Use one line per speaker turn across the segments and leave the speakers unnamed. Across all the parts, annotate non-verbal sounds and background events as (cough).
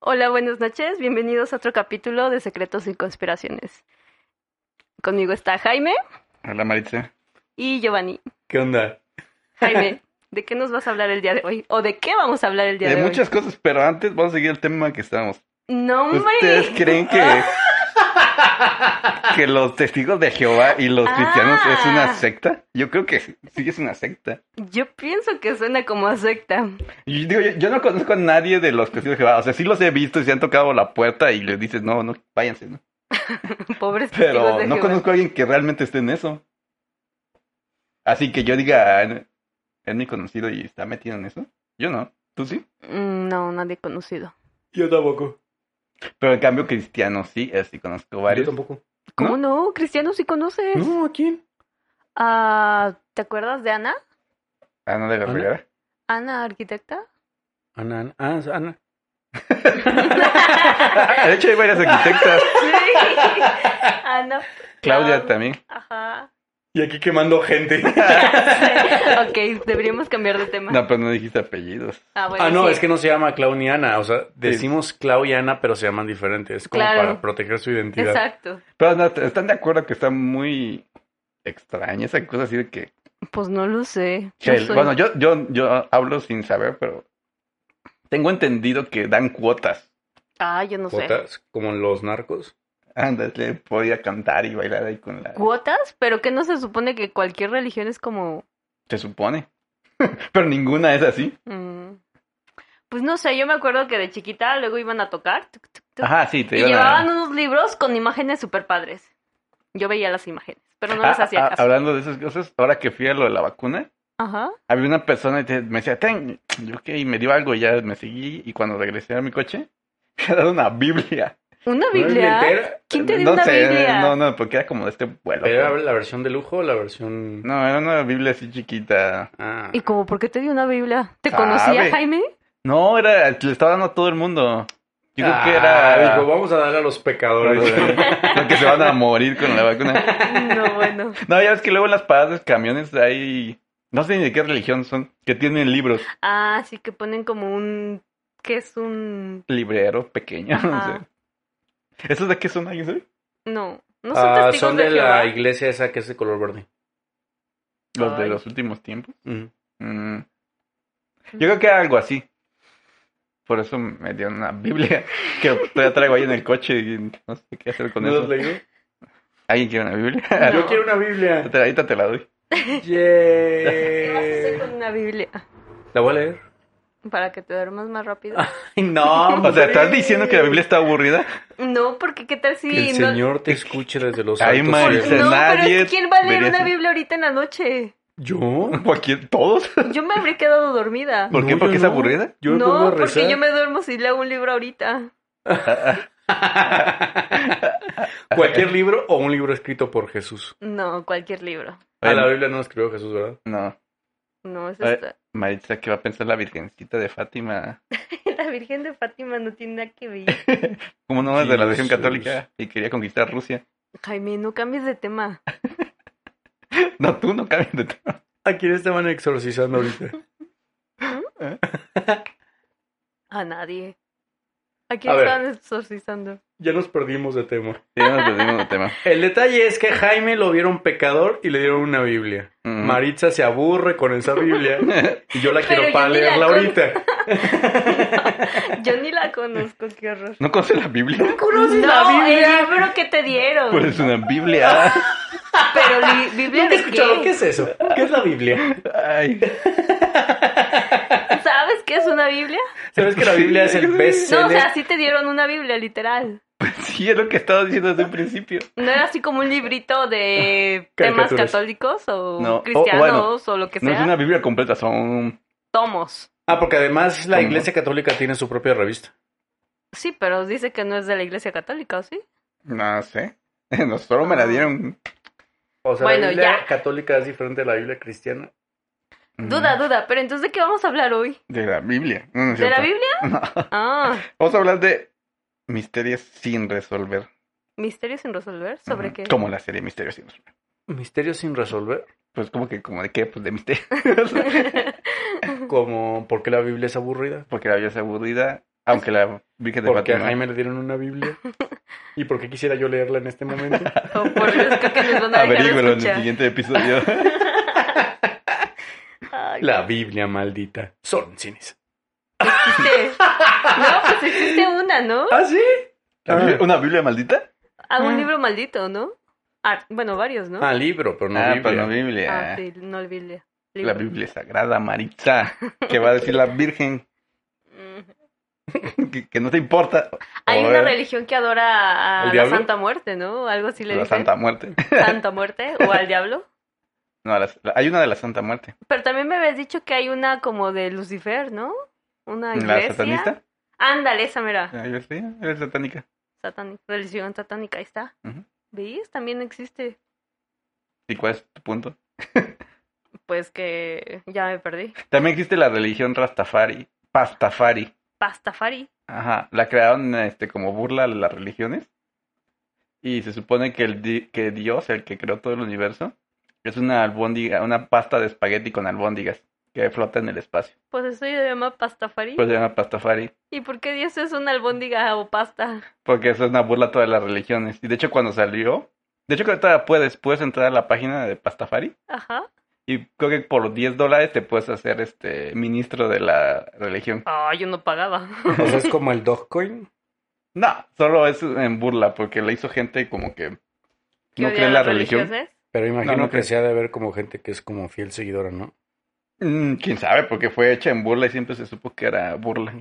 Hola, buenas noches. Bienvenidos a otro capítulo de Secretos y Conspiraciones. Conmigo está Jaime
Hola Maritza.
y Giovanni.
(laughs) ¿Qué onda?
Jaime, ¿de qué nos vas a hablar el día de hoy? ¿O de qué vamos a hablar el día de,
De
hoy?
muchas cosas, pero antes vamos a seguir el tema que estábamos.
No, hombre.
¿Ustedes creen que, que los testigos de Jehová y los
Ah.
cristianos es una secta? Yo creo que sí sí es una secta.
Yo pienso que suena como a secta.
Y digo, Yo, yo no conozco a nadie de los testigos de Jehová. O sea, sí los he visto y se han tocado la puerta y les dices, no, no, váyanse. ¿no?
Pobres testigos
Pero
de
no
Jehová.
conozco a alguien que realmente esté en eso. Así que yo diga, "Ah, no, es mi conocido y está metido en eso. Yo no. ¿Tú sí?
Mm, No, nadie conocido.
Yo tampoco.
Pero en cambio cristiano sí, eh, sí conozco
Yo
varios.
tampoco.
¿Cómo no? Cristiano sí conoces.
No, ¿a quién?
Ah, ¿Te acuerdas de Ana?
Ana de la
Ana.
(laughs)
Reguera.
Ana,
(laughs)
arquitecta.
Ana, Ana. Ah, es Ana.
De hecho hay varias arquitectas.
(laughs) Sí. Ana. Ah.
Claudia también.
Ajá. (laughs)
Y aquí quemando (laughs) gente.
ok, deberíamos cambiar de tema.
No, pero no dijiste apellidos.
Ah, bueno,
ah, no,
sí.
es que no se llama Clau ni Ana. O sea, decimos Clau y Ana, pero se llaman diferentes. Como
Claro.
para proteger su identidad.
Exacto.
Pero no, ¿están de acuerdo que está muy extraña esa cosa así de que...
Pues no lo sé.
que
Yo
el-
soy-
Bueno, yo, yo, yo hablo sin saber, pero tengo entendido que dan cuotas.
Ah, yo no sé.
Botas, como los narcos.
Andas, le podía cantar y bailar ahí con la...
¿Cuotas? ¿Pero que no se supone que cualquier religión es como...?
Se supone. (laughs) pero ninguna es así.
mm, Pues no sé, yo me acuerdo que de chiquita luego iban a tocar tuc, tuc, tuc,
Ajá, sí, te
y
iban a-
llevaban unos libros con imágenes super padres. Yo veía las imágenes, pero no les
Ah,
hacía
ah,
caso.
hablando de esas cosas, ahora que fui a lo de la vacuna,
Ajá.
había una persona y te- me decía, ten, yo qué, y me dio algo, y ya me seguí, y cuando regresé a mi coche, (laughs) me había dado una Biblia.
¿Una
¿No es
Biblia?
entera?
¿Quién te dio
no
una
sé,
Biblia?
no, no, porque era como de este vuelo.
¿Pero era
pero-
la versión de lujo o la versión.?
No, era una Biblia así chiquita.
Ah.
¿Y como por qué te dio una Biblia? ¿Te
Sabe.
conocía, Jaime?
No, era, le estaba dando a todo el mundo. Yo creo que
Ah,
era...
Dijo, vamos a darle a
(laughs)
los pecadores.
Los que se van a morir con la vacuna.
(laughs) No, bueno.
No, ya ves que luego en las paradas de camiones hay... No sé ni de qué religión son, que tienen libros.
Ah, sí, que ponen como un... ¿Qué es un...?
Librero pequeño,
Ajá.
(laughs) no sé. ¿Esos de qué son? alguien sabe?
No, no son
Ah,
testigos
son
de,
de la
Jehová.
iglesia esa que es de color verde.
Los de
Ay.
los últimos tiempos.
Ujú.
Mm. Yo creo que era algo así. Por eso me dieron una Biblia (laughs) que todavía traigo ahí en el coche y no sé qué hacer con
¿No
eso.
has leído?
¿Alguien quiere una Biblia?
No.
(laughs)
Yo quiero una (laughs) Biblia.
Ahorita- Ahorita te la doy.
¿Qué vas a hacer con
(laughs) Yay.
una Biblia? (laughs)
La voy a leer.
Para que te duermas más rápido.
Ay, (laughs) no.
O sea, ¿estás diciendo que la Biblia está aburrida?
No, porque qué tal si
Que el
no...
Señor te escuche desde los
Ay,
altos
Mari,
Por-
cielos.
dice,
no, pero
nadie
es que ¿quién va a leer
vería
una
eso.
Biblia ahorita en la noche?
¿Yo?
¿Por qué? ¿Todos? (laughs)
Yo me habría quedado dormida.
¿Por
(laughs) No,
qué?
yo
¿Porque es
no.
aburrida?
Yo me
no,
pongo a
porque
rezar.
yo me duermo si leo un libro ahorita.
(laughs) Cualquier libro o un libro escrito por Jesús.
No, cualquier libro.
A la
Bueno,
Biblia no la escribió Jesús, ¿verdad?
No.
No, es
A ver.
esta. (laughs)
Maritza, ¿qué va a pensar la Virgencita de Fátima?
La Virgen de Fátima no tiene nada que
(laughs)
ver.
¿Cómo no es de la religión
Jesús.
católica y quería conquistar Rusia?
Jaime, no cambies de tema.
No, tú no cambias de
(laughs)
tema.
¿A quién estaban exorcizando ahorita?
A nadie. ¿A
A
quién
ver.
estaban exorcizando?
Ya nos perdimos de tema.
Sí, nos perdimos de tema.
El detalle es que a Jaime lo vieron pecador y le dieron una Biblia.
Ujú.
Maritza se aburre con esa Biblia y yo la
(laughs) Pero
quiero
yo
para
ni la
leerla
con-
ahorita.
Yo ni la conozco, qué horror.
(laughs) ¿No conoces la
(laughs)
Biblia?
no, el libro que te dieron.
Pues es una Biblia.
Pero
(laughs)
li- Biblia
¿Nunca
de
he escuchado
qué?
qué es eso? ¿Qué es la Biblia?
Ay.
¿Sabes qué es una Biblia?
¿Sabes
(laughs)
que la Biblia es el best
No, o sea, sí te dieron una Biblia, literal.
Sí, es lo que estaba diciendo desde un principio.
No era así como un librito de
(laughs)
temas
Caricaturas.
católicos o
No, o-
cristianos o,
bueno,
lo que sea.
No es una Biblia completa, son...
Tomos.
Ah, porque además la
¿Cómo?
Iglesia Católica tiene su propia revista.
Sí, pero dice que no es de la iglesia católica, ¿o sí?
No sé. (laughs) No, solo me la dieron.
O sea,
Bueno,
la Biblia
ya.
católica es diferente a la Biblia cristiana.
Duda, duda. Pero entonces, ¿de qué vamos a hablar hoy?
mm, De la Biblia. No, no es
¿De la
cierto.
Biblia?
No.
Ah,
Vamos a hablar de misterios sin resolver.
misterios sin resolver. ¿Sobre
Ujú.
qué?
Como la serie Misterios sin resolver.
Misterios sin resolver.
Pues como que, como de qué, pues
(laughs)
de misterios. (laughs)
Como, ¿por qué la Biblia es aburrida?
Porque la Biblia es aburrida. Aunque la Virgen de
Porque a
Fátima.
Jaime le dieron
(laughs)
una Biblia. ¿Y por qué quisiera yo leerla en este momento?
O Oh, por los que nos van a dejar de
Averígüelo en el
escuchar.
siguiente episodio.
(laughs) Ay,
(laughs) La Biblia maldita. Son cines.
existe. No, pues existe una, ¿no?
¿Ah, sí?
¿La Biblia- ¿Una Biblia maldita?
Ah, un
Ah.
libro maldito, ¿no? Ah, bueno, varios, ¿no?
Ah, libro, pero no
ah,
Biblia.
pero no Biblia.
Ah, sí, no el Biblia.
La Biblia Sagrada Maritza, que va a decir la Virgen,
Mm.
que, que no te importa.
Hay
O,
una
eh,
religión que adora a
¿Al
la
diablo?
Santa Muerte, ¿no? Algo así le
La
dicen. (laughs)
Santa Muerte.
Santa Muerte o al diablo.
No, las- la- hay una de la Santa Muerte.
Pero también me habías dicho que hay una como de Lucifer, ¿no? Una
¿La
iglesia.
satanista?
Ándale, esa mira.
Ah, yo sí, es satánica.
Satánica, religión satánica, ahí está.
Ujú.
¿Veis? También existe.
¿Y cuál es tu punto?
Pues que ya me perdí.
También existe la religión Rastafari, Pastafari.
Pastafari.
Ajá, la crearon este, como burla a las religiones. Y se supone que, el di- que Dios, el que creó todo el universo, es una albóndiga, una pasta de espagueti con albóndigas que flota en el espacio.
Pues eso se llama pastafari.
Pues se llama Pastafari.
¿Y por qué Dios es una albóndiga o pasta?
Porque eso es una burla a todas las religiones. Y de hecho, cuando salió, de hecho, creo que todavía puedes, puedes entrar a la página de Pastafari
Ajá.
y creo que por 10 dólares te puedes hacer este ministro de la religión.
Ah, yo no pagaba.
O sea, es como el Dogecoin.
No, solo es en burla porque la hizo gente como que
¿Qué
no
odian
cree en la
las
religión.
religiones?
Pero imagino
No, no
que
creo.
se ha de ver como gente que es como fiel seguidora, ¿no?
Mm, Quién sabe, porque fue hecha en burla y siempre se supo que era burla.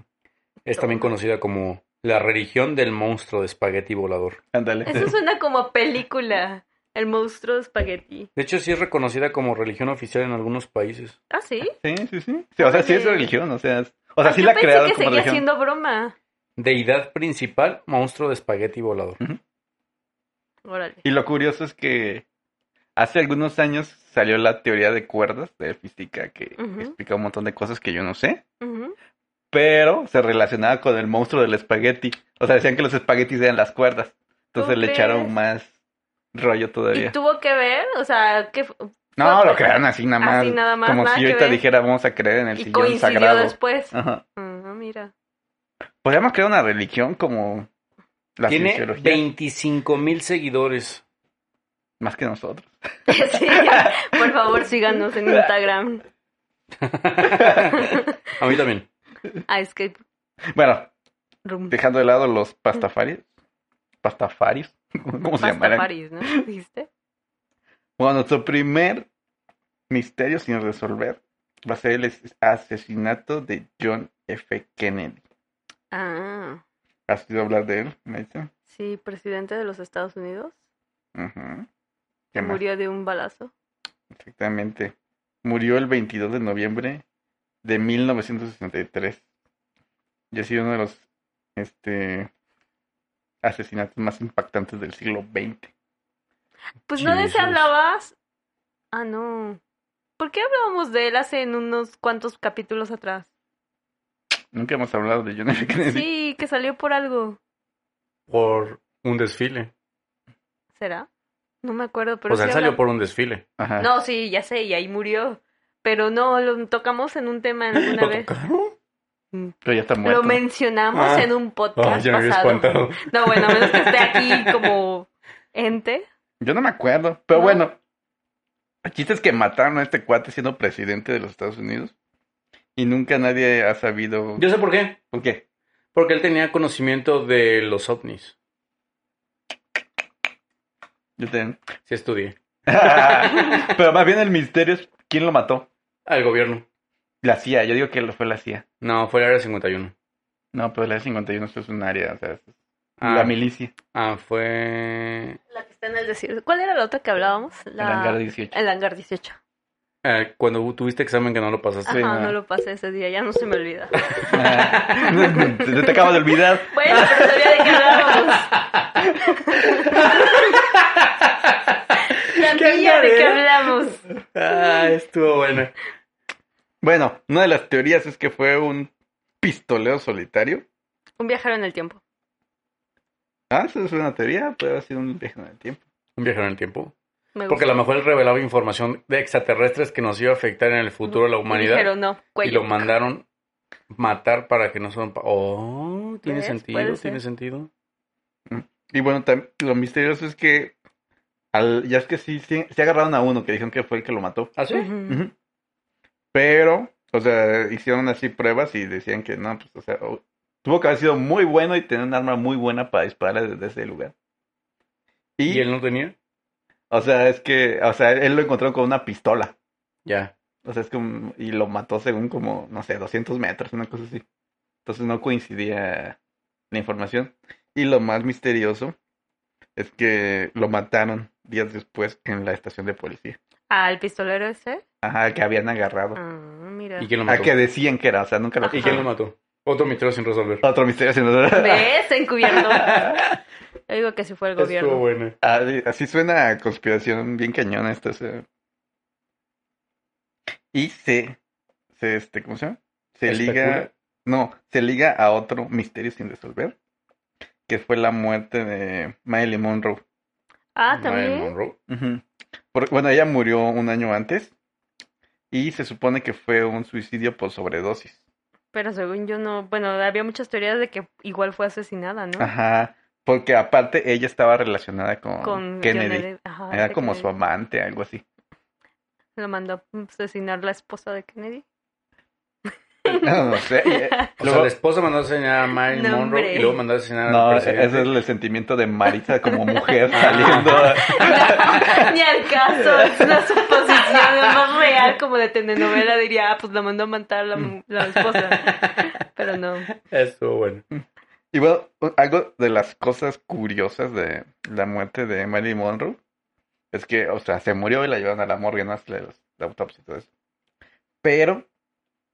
Es también conocida como la religión del monstruo de espagueti volador.
Ándale.
Eso suena como a película. El monstruo de espagueti.
De hecho, sí es reconocida como religión oficial en algunos países.
¿Ah, sí?
Sí, sí, sí. Sí, O sea, sí es
Órale.
religión, o sea, es- o sea,
Ah,
sí
yo
la
pensé
crearon
que
como
seguía
religión.
siendo broma.
Deidad principal, monstruo de espagueti volador.
Órale.
Y lo curioso es que hace algunos años salió la teoría de cuerdas de física que
Ujú.
explica un montón de cosas que yo no sé,
Ujú.
pero se relacionaba con el monstruo del espagueti. O sea, decían que los espaguetis eran las cuerdas. Entonces
¿Cómo
le echaron
crees?
más rollo
¿Y
todavía.
tuvo que ver? O sea, que
No, lo
pues,
crearon así nada más.
así nada más,
como
nada
si
que
yo ahorita
ver.
dijera vamos a creer en el
y
sillón
coincidió
sagrado.
después.
Ajá.
Ah, mira. (laughs)
Podríamos crear una religión como la
Tiene
cienciología,
25 mil seguidores.
más que nosotros.
Sí, por favor, síganos en Instagram.
A mí también.
A Escape
Bueno,
Room.
dejando de lado los pastafaris. ¿Pastafaris? (laughs) ¿Cómo se
Pasta
llamarán?
París, ¿no? (laughs) ¿Dijiste?
Bueno, nuestro primer misterio sin resolver va a ser el es- asesinato de John F. Kennedy.
Ah,
¿Has oído hablar de él, Mason?
sí, presidente de los Estados Unidos.
Ujú. ¿Qué
Que
más?
murió de un balazo.
Exactamente. Murió el 22 de noviembre de 1963. Y ha sido uno de los este, asesinatos más impactantes del siglo XX.
Pues no de ese
Jesus.
hablabas. Ah, no. ¿Por qué hablábamos de él hace en unos cuantos capítulos atrás?
(laughs)
Nunca hemos hablado de John F. Kennedy.
Sí, que salió por algo.
Por un desfile.
¿Será? No me acuerdo, pero
o sea,
sí
Pues él salió
habla-
por un desfile.
Ajá.
No, sí, ya sé, y ahí murió. Pero no, lo tocamos en un tema alguna
¿Lo
vez.
tocaron?
Pero ya está
Lo
muerto.
mencionamos
Ah.
en un
Ay,
podcast
ya me había
pasado.
espantado.
No, bueno, a menos que esté
(laughs)
aquí como ente.
Yo no me acuerdo, pero
No.
bueno. El chiste es que mataron a este cuate siendo presidente de los Estados Unidos. Y nunca nadie ha sabido.
Yo sé por qué.
¿Por qué?
Porque él tenía conocimiento de los ovnis.
Yo te-
Sí estudié.
(laughs) pero más bien el misterio es quién lo mató.
Al Ah, gobierno.
La CIA, yo digo que lo fue la CIA.
No, fue el área 51.
No, pero la área 51 esto es un área, o sea, es
Ah,
la milicia,
ah, fue
La que está en el desierto. ¿Cuál era la otra que hablábamos? La...
el
(laughs)
hangar 18.
El hangar 18.
eh, cuando tuviste examen que no lo
Ajá,
pasaste.
Sí, no.
no lo pasé ese día, ya no se me olvida.
(laughs) te, te acabo de olvidar.
Bueno, pero sabía de qué hablábamos.
(laughs)
Sabía de qué hablamos.
Ah, estuvo buena.
Bueno, una de las teorías es que fue un pistolero solitario.
Un viajero en el tiempo.
Ah, eso es una teoría, puede haber sido un viaje en el tiempo.
Un viajero en el tiempo.
Me
Porque
gusta.
a lo mejor él revelaba información de extraterrestres que nos iba a afectar en el futuro a la
Y
humanidad.
Dijeron, no,
Y
cuello.
lo mandaron matar para que no son... pa- ¡Oh! Oh, tiene
¿Ves?
sentido,
Puede ser.
tiene sentido.
Y bueno, tam- lo misterioso es que al, ya es que sí, sí, sí agarraron a uno que dijeron que fue el que lo mató.
¿Ah, sí?
Ujú.
Ujú. Pero, o sea, hicieron así pruebas y decían que no, pues, o sea, o- tuvo que haber sido muy bueno y tener un arma muy buena para disparar desde ese lugar. Y,
¿Y él no tenía?
o sea, es que, o sea, él lo encontró con una pistola.
Ya.
O sea, es como, y lo mató según como, no sé, 200 metros, una cosa así. Entonces no coincidía la información. Y lo más misterioso es que lo mataron días después en la estación de policía.
Ah, el pistolero ese.
Ajá, que habían agarrado.
Ah, mira.
¿Y quién lo
A
mató?
que decían que era, o sea, nunca lo
Ajá.
¿Y quién lo mató? Otro misterio sin resolver.
Otro misterio sin resolver. (laughs)
¿Ves? Encubierto. Yo digo que sí fue el gobierno.
Estuvo buena.
Así, así suena a conspiración bien cañona esta. o sea. Y se, se este, ¿cómo se llama? Se
¿Especula?
liga, no, se liga a otro misterio sin resolver, que fue la muerte de Marilyn Monroe.
Ah,
Marilyn
también.
Monroe.
Ujú. Por- bueno, ella murió un año antes y se supone que fue un suicidio por sobredosis.
Pero según yo no. Bueno, había muchas teorías de que igual fue asesinada, ¿no?
Ajá, porque aparte ella estaba relacionada con,
Con
Kennedy.
John F. Ajá,
Ah,
Era
de
como su
Kennedy.
amante, algo
(laughs)
así.
Lo mandó a asesinar la esposa de Kennedy.
No, no sé.
O
Luego-
sea, la esposa mandó a asesinar a Marilyn
No,
Monroe
hombre.
y luego mandó a asesinar
No,
al
ese
presidente.
es el sentimiento de Marisa como mujer
Ah.
saliendo.
(laughs) Ni al caso, es una suposición lo más real como de telenovela diría, ah, pues la mandó a matar la, mu- la esposa. Pero no.
(laughs) Estuvo bueno.
Y bueno, algo de las cosas curiosas de la muerte de Marilyn Monroe es que, o sea, se murió y la llevaron a la morgue, no la, la autopsia y todo eso. Pero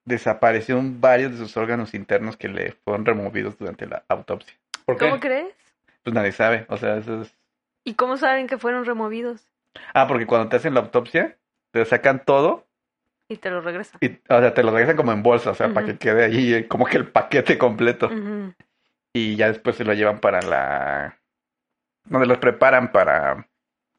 desaparecieron varios de sus órganos internos que le fueron removidos durante la autopsia.
¿Por qué?
¿Cómo crees?
Pues nadie sabe, o sea, eso es...
¿Y cómo saben que fueron removidos?
Ah, porque cuando te hacen la autopsia, te sacan todo
Y te lo regresan.
Y, o sea, te lo regresan como en bolsa, o sea, para que
Ujú.
quede ahí eh, como que el paquete completo.
Ujú.
Y ya después se lo llevan para la... Donde los preparan para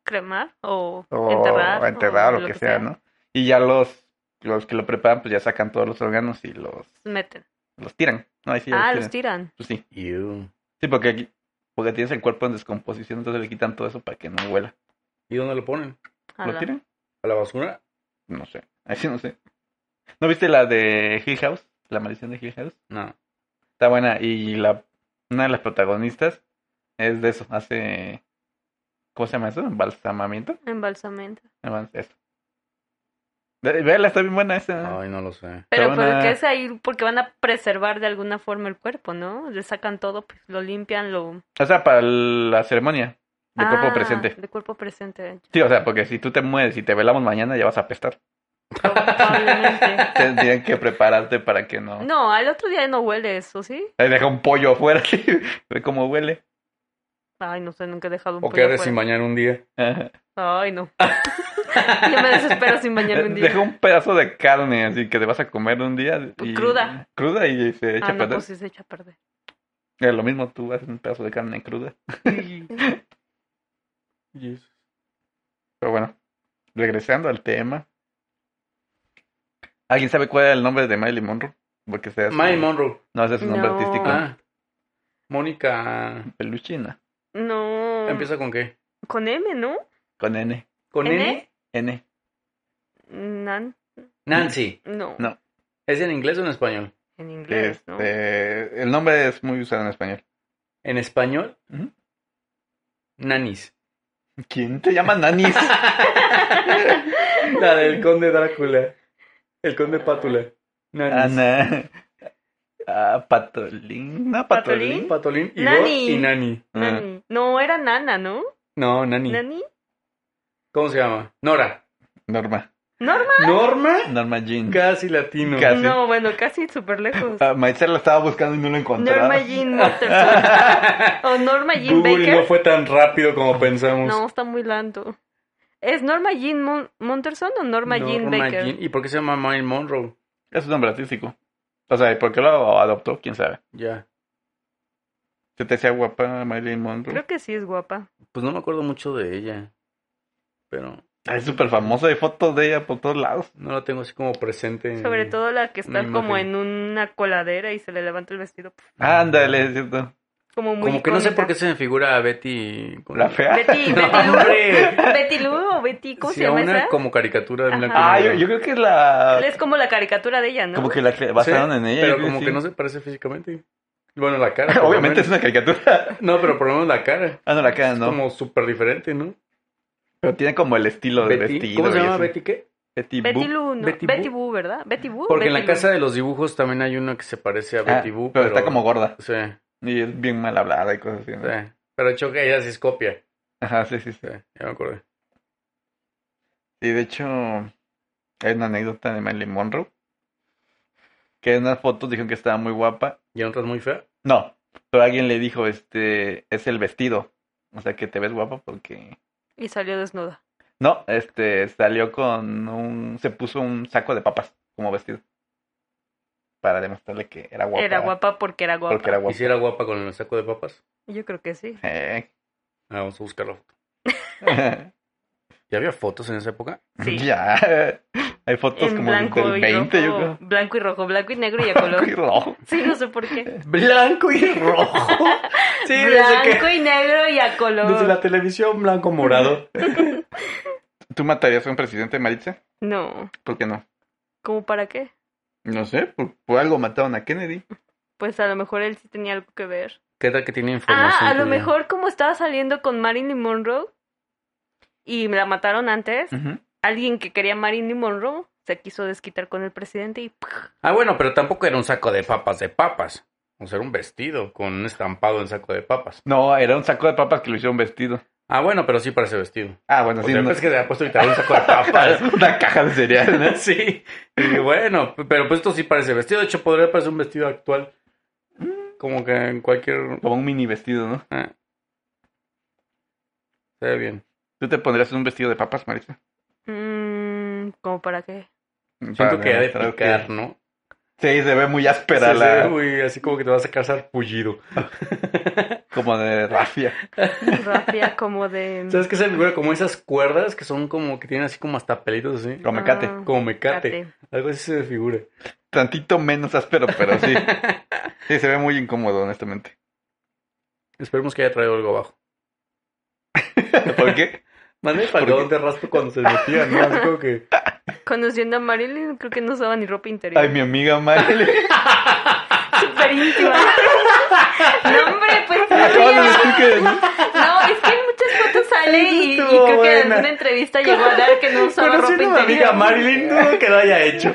¿Cremar? ¿O,
o,
enterrar?
enterrar o,
lo
que, sea, ¿no? Y ya los, los que lo preparan, pues ya sacan todos los órganos y los,
Meten.
los tiran. No, ahí sí ya
ah,
los
los
tiran.
tiran.
Pues sí.
You.
Sí, porque aquí- porque tienes el cuerpo en descomposición, entonces le quitan todo eso para que no huela.
¿Y dónde lo ponen?
¿Lo
Ala.
tiran?
¿A la basura?
No sé. (laughs) Ahí sí no sé. ¿No viste la de Hill House? La maldición de Hill House.
No.
Está buena. Y la, una de las protagonistas es de eso. Hace. ¿Cómo se llama eso? ¿Embalsamamiento?
Embalsamento.
Embalsa- Eso. Ve- Véala, está bien buena
Ah.
esa.
Ay, no lo sé.
Pero,
van a-
¿por qué es ahí? Porque van a preservar de alguna forma el cuerpo, ¿no? Le sacan todo, pues lo limpian, lo...
O sea, para la ceremonia de cuerpo
Ah,
presente.
De cuerpo presente.
Sí, o sea, porque si tú te mueres y te velamos mañana, ya vas a apestar.
Probablemente.
Tendrían que prepararte para que no.
No, al otro día no huele eso, ¿sí?
Ahí Deja un pollo afuera. (laughs) Ve cómo huele.
Ay, no sé, nunca he dejado un
O
pollo
quedaré
afuera.
sin bañar un día.
Ajá.
Ay, no. (laughs) Yo me desespero sin bañarme un día.
Deja un pedazo de carne, así que te vas a comer un día. y-
Cruda.
Cruda y se echa
Ah,
a
no,
perder.
pues sí se echa a perder.
Es lo mismo, tú haces un pedazo de carne cruda. Pero bueno, regresando al tema. ¿Alguien sabe cuál era el nombre de Marilyn Monroe? Porque sea su-
Marilyn Monroe.
No, ese es su nombre
No.
artístico.
Ah. Mónica.
Peluchina.
No.
¿Empieza con qué?
con M, ¿no?
Con N.
¿Con
¿N?
N?
N.
Nan,
Nancy.
no.
No.
¿Es en inglés o en español?
En inglés, ¿no?
Este, El nombre es muy usado en español.
¿En español?
Ujú.
Nanis.
¿Quién te llama Nanis?
La del conde Drácula. El conde Pátula. Nanis.
Ana. Ah, Patolín. No,
Patolín.
Patolín.
Patolín, Igor
Nani.
y Nani.
Ah,
Nani. No, era Nana, ¿no?
No, Nani.
Nani.
¿Cómo se llama? Nora.
Norma.
Norma.
Norma.
Norma Jean.
Casi latino.
Casi. Ah,
(laughs)
sí.
No, bueno, casi súper lejos.
Ah, Maitza la estaba buscando y no la encontraba.
Norma Jean Mortensen.
(laughs)
o Norma Jean
Google
Baker.
no fue tan rápido como pensamos.
No, está muy lento. ¿Es Norma Jean Mon Monterson o Norma Jean
Norma
Baker?
Jean. ¿Y por qué se llama Marilyn Monroe?
Es un nombre artístico. O sea, ¿y por qué lo adoptó? ¿Quién sabe?
Ya.
¿Se te hacía guapa Marilyn Monroe?
Creo que sí es guapa.
Pues no me acuerdo mucho de ella. Pero.
Es súper famosa, hay fotos de ella por todos lados.
No la tengo así como presente. en-
Sobre todo la que está
Una
como
imagen.
en una coladera y se le levanta el vestido. pf,
Ah, Ándale, es cierto.
Como muy
Como que no sé
icónica.
por qué se me figura a Betty. con- (laughs)
La
(laughs)
fea.
Betty,
No,
Betty Lou.
hombre.
Betty Lou o Betty, ¿cómo
Sí,
se
a
llama
una
esa?
como caricatura de blanco y
Ah, yo,
negro.
yo creo que la.
Es como la caricatura de ella, ¿no?
Como que la cre- basaron
Sí,
en ella. yo
Pero
creo
como
sí.
que no se parece físicamente. Bueno, la cara. por
(laughs)
lo
Obviamente es
menos.
una caricatura.
No, pero por lo menos la cara.
Ah, no, la cara
Es
no.
como súper diferente, ¿no?
Pero tiene como el estilo de
Betty.
vestido.
¿Cómo se
y
llama
eso.
Betty qué?
Betty
Betty
Boop.
Lou, ¿no?
Betty
Betty,
Boop.
Boo, ¿verdad? Betty Boo.
Porque en la
Uh, Betty Lou.
casa de los dibujos también hay una que se parece a
Ah,
Betty Boo.
pero, está como gorda.
Sí,
Y es bien mal hablada y cosas así. ¿no?
sí. Pero choca, ella sí es copia.
Ajá, sí, sí, sí.
Sí, ya me acordé.
Y de hecho, hay una anécdota de Marilyn Monroe. Que en unas fotos dijeron que estaba muy guapa.
¿Y otras muy fea?
No, pero alguien le dijo, este, es el vestido. O sea, que te ves guapa porque...
Y salió desnuda.
No, este, salió con un... Se puso un saco de papas como vestido. Para demostrarle que era guapa.
Era guapa porque era guapa.
Porque era guapa.
¿Y si era guapa con el saco de papas?
Yo creo que sí.
Eh.
Ah, vamos a buscar la foto. ¿Ya había fotos en esa época?
(laughs) Sí.
(laughs) Ya. Hay fotos
En
como del
blanco y
20, yo
rojo.
creo.
Blanco y rojo, blanco y negro y a color.
Y rojo.
Sí, no sé por qué.
¡Blanco y
(laughs)
rojo! Sí,
Blanco y negro y a color.
televisión, blanco morado.
(laughs) ¿Tú matarías a un presidente, Maritza?
No.
¿Por qué no?
¿Cómo para qué?
No sé, por, por algo mataron a Kennedy.
Pues a lo mejor él sí tenía algo que ver.
¿Qué tal que tiene información?
Ah, a lo
tuya?
mejor como estaba saliendo con Marilyn Monroe y me la mataron antes, alguien que quería a Marilyn Monroe se quiso desquitar con el presidente y ¡puj!
Ah, bueno, pero tampoco era un saco de papas de papas. O sea, era un vestido con un estampado en saco de papas.
No, era un saco de papas que lo hicieron vestido.
Ah, bueno, pero sí parece vestido.
Ah, bueno,
O
sí.
sea,
no-
pues que se ha puesto ahorita un saco de papas.
(laughs)
(laughs)
Una caja de cereal, ¿no?
sí. Y dije, bueno, pero pues esto sí parece vestido. De hecho, podría parecer un vestido actual. Como que en cualquier...
Como un mini vestido, ¿no?
Ah. Se ve bien.
¿Tú te pondrías un vestido de papas, Maritza?
mm, ¿cómo para qué?
Para
Siento que ha de
demostrar
picar,
que-
¿no?
Sí, se ve muy áspera,
Sí, se
la...
ve muy así como que te vas a casar pullido.
como de rafia.
(laughs)
Rafia como de...
¿Sabes qué se me figura? Como esas cuerdas que son como que tienen así como hasta pelitos así.
Como mecate.
Ah,
Como mecate.
cate.
Algo así se me figura.
Tantito menos áspero, pero (laughs) sí. Sí, se ve muy incómodo, honestamente.
Esperemos que haya traído algo abajo.
¿Por qué?
Mande el
¿Por qué?
pantalón de rastro cuando se metía, ¿no? Así como que...
Conociendo a Marilyn, creo que no usaba ni ropa interior.
Ay, mi amiga Marilyn. (laughs)
Súper
(laughs)
íntima. no, hombre, pues
Acabas de
no,
decir que...
No, es que en muchas fotos sale y, y
estuvo
creo que en
buena.
una entrevista llegó a dar que no usaba ropa
Conociendo a
interior.
mi amiga Marilyn, dudo que lo haya hecho.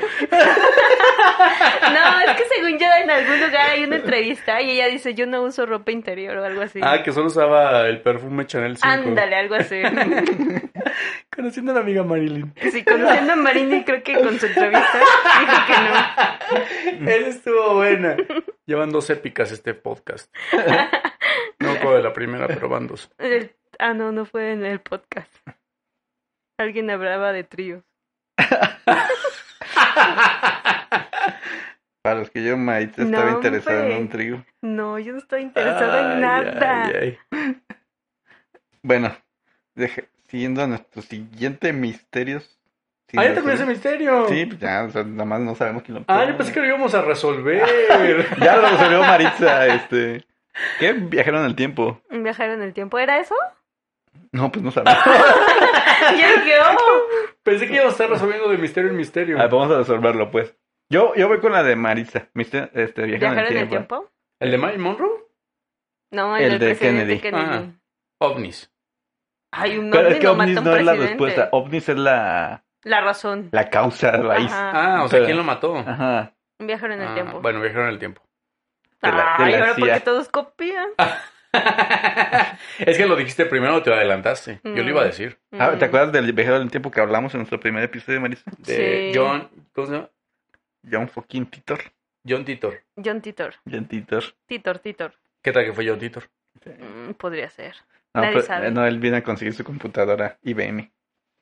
No, es que según yo en algún lugar hay una entrevista y ella dice yo no uso ropa interior o algo así.
Ah, que solo usaba el perfume Chanel 5.
Ándale, algo
(laughs)
así.
Conociendo a la amiga Marilyn.
Sí, conociendo a Marini creo que con su entrevista dijo que no.
Mm.
Él estuvo buena. Llevan dos épicas este podcast.
(laughs)
No me acuerdo de la primera, pero van dos.
El- ah, no, no fue en el podcast. Alguien hablaba de tríos.
Para los que yo, Maritza, estaba
No,
interesada en
hombre.
un trigo.
No, yo no estoy interesada en
Ay,
nada.
ay, ay.
Bueno, deje- siguiendo a nuestro siguiente misterios. sin
Ah, ya terminó ese
resolver.
misterio.
Sí, pues ya, o sea, nada más no sabemos quién lo
Ah, yo
empezó.
pensé que lo íbamos
(laughs)
a resolver.
Ya lo resolvió Maritza, este. ¿Qué? Viajaron al tiempo.
Viajar en el tiempo, ¿era eso? (laughs)
No, pues no sabemos.
(laughs)
Y yo dije, oh,
Pensé que íbamos a estar resolviendo de misterio en misterio.
Ah, vamos a resolverlo, pues. Yo, yo voy con la de Maritza. Mister- este, viajaron
¿viajar
al
en el
tiempo.
tiempo?
¿El de Marilyn Monroe?
No, el,
El
del
de
presidente
Kennedy. Ah.
Kennedy.
OVNIs.
Hay un
Pero
hombre
es que
no mató a
ovnis
un
no es la
presidente.
respuesta. Ovnis es la,
La razón.
la causa raíz. Ajá.
Ajá.
Ah, o sea,
Pero-
¿quién lo mató?
Un viajero en el
Ah,
tiempo.
Bueno, viajaron en el (laughs) tiempo.
de la- de
Ay,
la Ah,
ahora porque
CIA.
todos copian.
es que lo dijiste primero, te adelantaste. Yo lo iba a decir.
Ah, ¿Te
Mm.
acuerdas del viajero del tiempo que hablamos en nuestro primer episodio de Maritza?
De
Sí.
John, ¿cómo se llama?
John fucking Titor.
John Titor.
John Titor.
John Titor.
Titor, Titor.
¿Qué tal que fue John Titor?
Mm, podría
(laughs)
ser.
No,
Nadie
pero-
sabe.
no, él viene a conseguir su computadora IBM.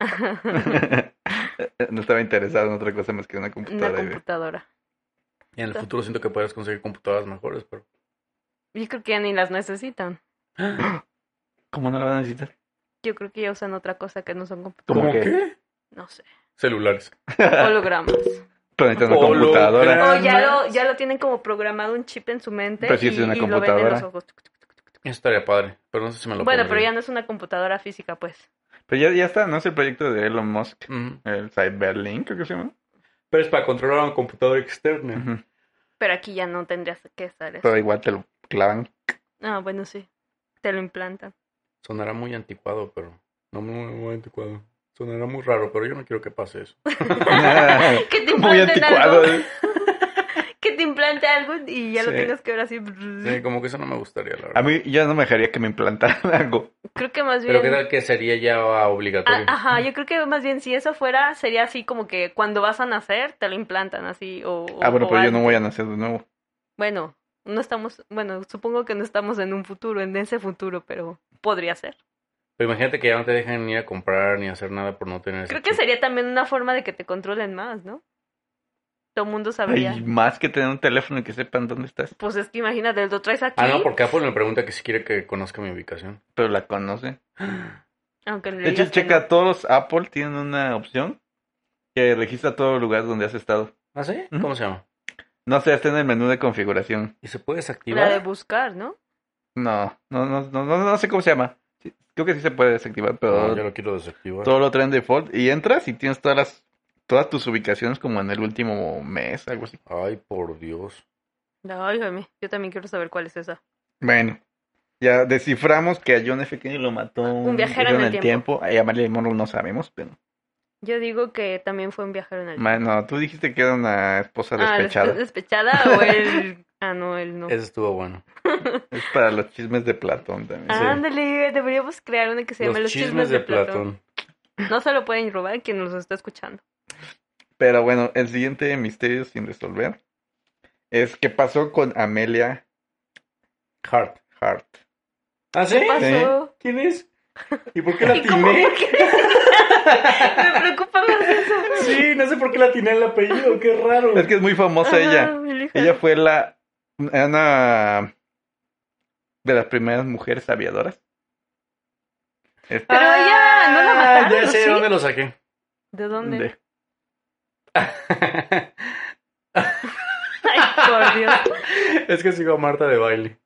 (laughs) no estaba interesado en otra cosa más que una computadora
Una
IBM.
computadora.
En el futuro siento que puedes conseguir computadoras mejores, pero...
Yo creo que ya ni las necesitan.
¿Cómo no la van a necesitar?
Yo creo que ya usan otra cosa que no son computadoras.
¿Cómo
¿Cómo
qué?
qué?
No sé.
Celulares.
(laughs)
Hologramas.
Conectando
Oh,
Hologramas.
computadora.
O ya lo, ya lo tienen como programado un chip en su mente
Ah, Pero sí
y,
es una
y lo ven en los
computadora.
ojos.
Eso estaría padre, pero no sé si me lo
Bueno, pero ya no es una computadora física, pues.
Pero ya, ya está, ¿no? Es el proyecto de Elon Musk.
Ujú.
El Cyberlink, creo que se llama.
Pero es para controlar un computador externo.
Ujú.
Pero aquí ya no tendrías que estar eso.
Pero igual te lo
(laughs)
clavan.
Ah, bueno, sí. Te lo implantan.
Sonará muy anticuado, pero... No muy, muy anticuado. Sonará muy raro, pero yo no quiero que pase eso.
Que te
(laughs) Muy
implanten
anticuado.
algo.
¿eh?
(laughs) Que te implante algo y ya lo
Sí.
tengas que ver así.
Sí, como que eso no me gustaría, la verdad.
A mí ya no me dejaría que me implantaran (laughs) algo.
Creo que más bien.
Pero qué tal que sería ya
Ah,
obligatorio.
ajá, yo creo que más bien si eso fuera, sería así como que cuando vas a nacer te lo implantan así o...
Ah, bueno,
o
pero yo
algo.
no voy a nacer de nuevo.
Bueno, no estamos, bueno, supongo que no estamos en un futuro, en ese futuro, pero podría ser.
Pero imagínate que ya no te dejan ni ir a comprar ni hacer nada por no tener ese
Creo que
chip.
sería también una forma de que te controlen más, ¿no? Todo el mundo sabría.
Hay más que tener un teléfono y que sepan dónde estás.
Pues es que imagínate, lo traes aquí,
Ah, no, porque Apple me pregunta que si quiere que conozca mi ubicación. ¿Ah,
Pero la conocen.
aunque le
De hecho,
digas que
checa,
no.
todos los Apple tienen una opción que registra todo el lugar donde has estado.
¿Ah, sí?
Ujú.
¿Cómo se llama?
No sé, está en el menú de configuración.
¿Y se puede
La de
desactivar?
buscar, ¿no?
No, no, no, no, no, no sé cómo se llama. Sí, Creo que sí se puede desactivar, pero
No, yo Ah, lo quiero desactivar.
todo lo traen default. Y entras y tienes todas las, todas tus ubicaciones como en el último mes, algo así.
Ay, por Dios.
Ay, Jaime, yo también quiero saber cuál es esa.
Bueno, ya desciframos que a John F. Kennedy lo mató un,
viajero en el tiempo.
A Amalia Monroe no sabemos, pero...
Yo digo que también fue un viajero en el...
Bueno, tú dijiste que era una esposa
Ah, (laughs)
despechada.
despechada o el... Ah, no, él no.
Ese estuvo bueno.
Es para los chismes de Platón también.
Ah.
Sí.
Ándale, deberíamos crear una que se llame Los, chismes, de, Platón. No se lo pueden robar quien nos está escuchando.
Pero bueno, el siguiente misterio sin resolver es qué pasó con Amelia
Hart.
Hart.
¿Ah, sí?
¿Qué pasó?
¿Quién es? ¿Y por qué
(laughs)
la
¿Y cómo?
atiné?
¿Por qué? Me preocupa más eso.
Sí, no sé por qué la atiné el apellido, qué raro.
Es que es muy famosa
Ah,
ella.
mi hija.
Ella fue la una de las primeras mujeres aviadoras. Este,
Pero ella, ¿no la mataron,
Ah, Ya sé
sí?
dónde lo saqué.
¿De dónde?
de-
(laughs)
Ay, por Dios.
es que sigo a Marta de baile.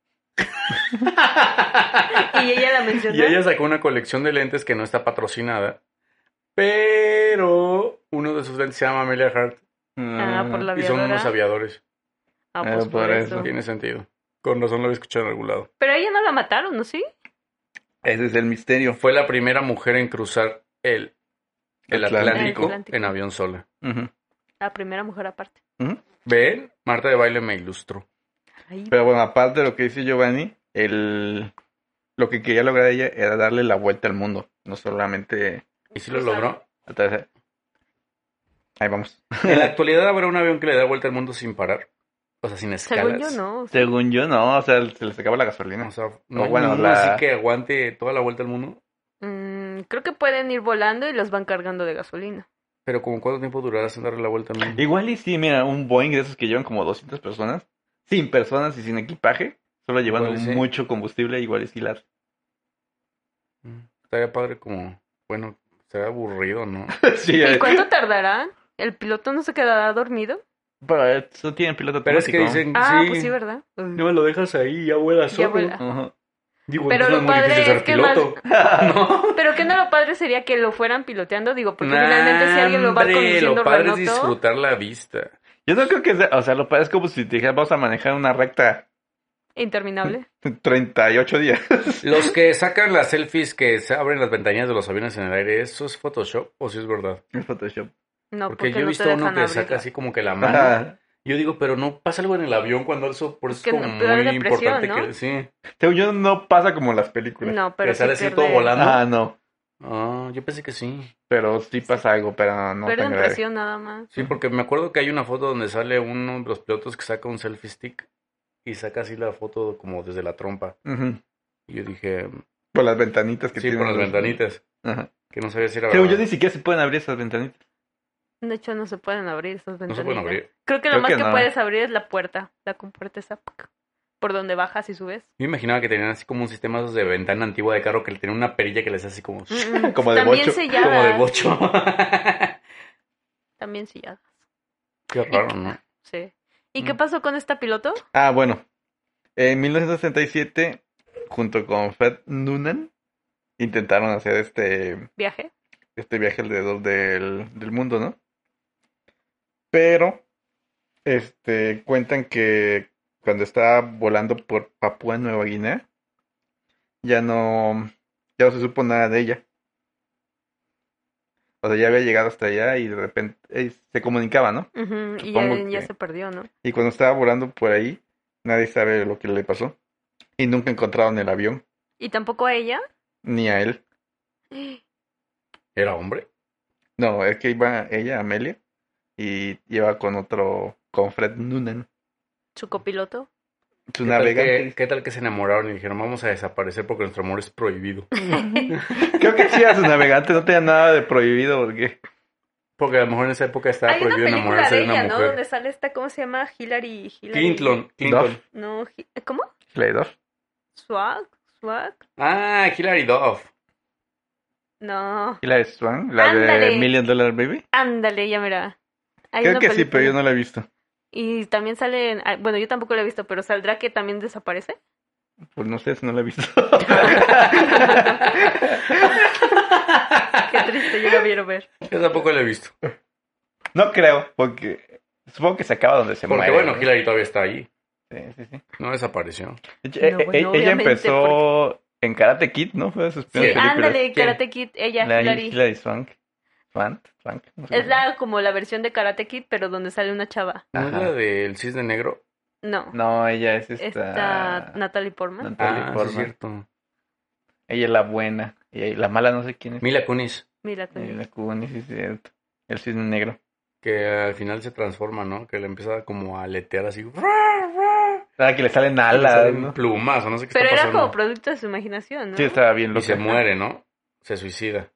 Y ella la mencionó.
Y ella sacó una colección de lentes que no está patrocinada. Pero uno de sus lentes se llama Amelia Hart
Ah, por la
y son
aviadora.
unos aviadores.
Ah, pues
Ah,
por,
por
eso.
eso.
Tiene sentido. Con razón lo había escuchado en algún lado.
Pero ella no la mataron, ¿no? ¿Sí?
ah, Ese es el misterio.
Fue la primera mujer en cruzar el, el Atlántico,
Atlántico.
Atlántico.
en avión sola.
Ujú,
La primera mujer aparte.
ujú.
¿Ven? Marta de baile me ilustró.
Ay,
Pero bueno, aparte de lo que dice Giovanni, el lo que quería lograr ella era darle la vuelta al mundo, no solamente
¿Y si lo
pues,
logró?
atravesar. Ahí vamos.
En la actualidad habrá un avión que le da vuelta al mundo sin parar. O sea, sin escalas.
según yo, no.
Según yo, no, o sea, se les acaba la gasolina.
O sea, no hay
bueno,
ninguno
la-
así que aguante toda la vuelta al mundo.
Mm, creo que pueden ir volando y los van cargando de gasolina.
Pero como cuánto tiempo durarás en darle la vuelta al mundo.
Igual y sí, mira, un Boeing de esos que llevan como 200 personas, sin personas y sin equipaje, solo llevando
Igual y sí.
mucho combustible, igual y sí las-
(laughs) Mm, Estaría padre como, bueno, estaría aburrido, ¿no?
(laughs) sí,
¿Y
eh,
cuánto tardará? ¿El piloto no se quedará dormido?
pero eso tiene piloto
(laughs) Pero es que
automático.
dicen,
Ah,
sí,
pues sí, ¿verdad?
no me lo dejas ahí, ya vuela solo.
vuela.
Ajá.
Digo,
Pero lo
entonces no es muy
padre
difícil
es
ser
que
(laughs) piloto. Ah, ¿No?
Pero que no lo padre sería que lo fueran piloteando, digo, (laughs) porque finalmente si alguien lo va
Hombre,
conduciendo
lo padre es
remoto,
disfrutar la vista.
Yo no creo que sea, o sea, lo parece como si te dijeran, vamos a manejar una recta
interminable.
38 días. (laughs)
Los que sacan las selfies que se abren las ventanillas de los aviones en el aire, ¿eso es Photoshop o si es verdad?
En Photoshop.
No,
Porque
porque,
yo he
no
visto
te
uno
dejan
que
abrir.
saca así como que (laughs) la mano.
Ajá.
Yo digo, pero no pasa algo en el avión cuando eso, por eso
Es
es
que
como
no, te da
muy
depresión,
importante
¿no?
que sí.
Según yo, no pasa como en las películas.
No, pero
que sale
sí
así todo
pierde-
volando.
Ah, no.
Ah, yo pensé que sí.
Pero sí pasa algo, pero no
pierde
tan grave.
impresión nada más.
Sí, porque me acuerdo que hay una foto donde sale uno de los pilotos que saca un selfie stick y saca así la foto como desde la trompa.
Ujú.
Y yo dije,
Por las ventanitas que
sí,
tienen.
por las
los-
ventanitas,
Ajá.
que no sabía si era
Según yo,
verdad.
ni siquiera se pueden abrir esas ventanitas.
De hecho, no se pueden abrir esas
No se
ventanas.
pueden abrir.
Creo que lo
Creo
más
que
que,
no.
puedes abrir es la puerta, la compuerta esa. por donde bajas y subes.
(laughs) Yo me imaginaba que tenían así como un sistema esos de ventana antigua de carro que le tenía una perilla que les hace como,
Mm, ah. mm.
como de
También
bocho.
selladas.
Como de bocho. (laughs)
También silladas.
Qué raro, ¿no?
Sí. ¿Y qué
Mm.
pasó con esta piloto?
Ah, bueno. En 1967, junto con Fred Noonan, intentaron hacer este,
Viaje.
este viaje alrededor del, del mundo, ¿no? Pero, este, cuentan que cuando estaba volando por Papúa Nueva Guinea, ya no, ya no se supo nada de ella. O sea, ya había llegado hasta allá y de repente eh, se comunicaba, ¿no?
Ujú, Y ya,
Supongo
ya
que-
se perdió, ¿no?
Y cuando estaba volando por ahí, nadie sabe lo que le pasó. Y nunca encontraron el avión,
Y tampoco a ella.
ni a él.
¿Era hombre?
No, es que iba ella, Amelia, y iba con otro, con Fred Noonan,
Su copiloto.
su
¿Qué tal
navegante.
que- ¿Qué tal que se enamoraron y dijeron, vamos a desaparecer porque nuestro amor es prohibido?
(laughs) Creo que sí, a su navegante no tenía nada de prohibido, porque
Porque a lo mejor en esa época
Ah,
estaba
Hay una
prohibido
película
enamorarse
de
de,
ella,
una
¿no?
mujer.
Donde sale esta, ¿cómo se llama? Hillary. Hillary.
Clinton, Clinton.
Duff.
No, Hi- ¿cómo?
Leidor.
Swag. Swag.
Ah, Hillary Duff.
No.
Y la de Swan, la de
Ándale.
Million Dollar Baby.
Ándale, ya mira. Hay
Creo
una
que sí, pero yo
película.
no la he visto.
Y también sale, ah, bueno, yo tampoco la he visto, pero saldrá que también desaparece. (laughs)
Pues no sé si no la he visto. (laughs)
Qué triste, yo la quiero
(laughs)
ver.
Yo tampoco la he visto.
No creo, porque supongo que se acaba donde se
Porque
muere.
bueno,
¿no?
Hillary todavía está ahí.
Sí, sí, sí.
No desapareció.
Ella,
No,
e-
bueno,
e- ella
obviamente,
empezó en Karate Kid, ¿no? Fue de sus
Sí,
primeras películas.
ándale,
¿Quién?
Karate Kid, ella,
La
Hillary.
isla de Swank. Swank, Swank. no sé
Es
cómo.
la como la versión de Karate Kid, pero donde sale una chava.
¿No es
Ajá.
la del cisne negro?
No,
No, ella es
está
esta.
Natalie Portman.
Natalie
Ah, sí
Portman.
es cierto.
Ella es la buena. Y la mala no sé quién es.
Mila Kunis,
Mira, tú.
Eh, La Kunis, sí es cierto. El cisne negro.
que al final se transforma, ¿no? Que le empieza como a aletear así.
Ah, que le salen
Le
alas,
salen
¿no?
plumas o pues, no sé qué
pero
está
era
pasando.
como producto de su imaginación, ¿no?
Sí, estaba bien
Y
loca.
se muere, ¿no? Se suicida.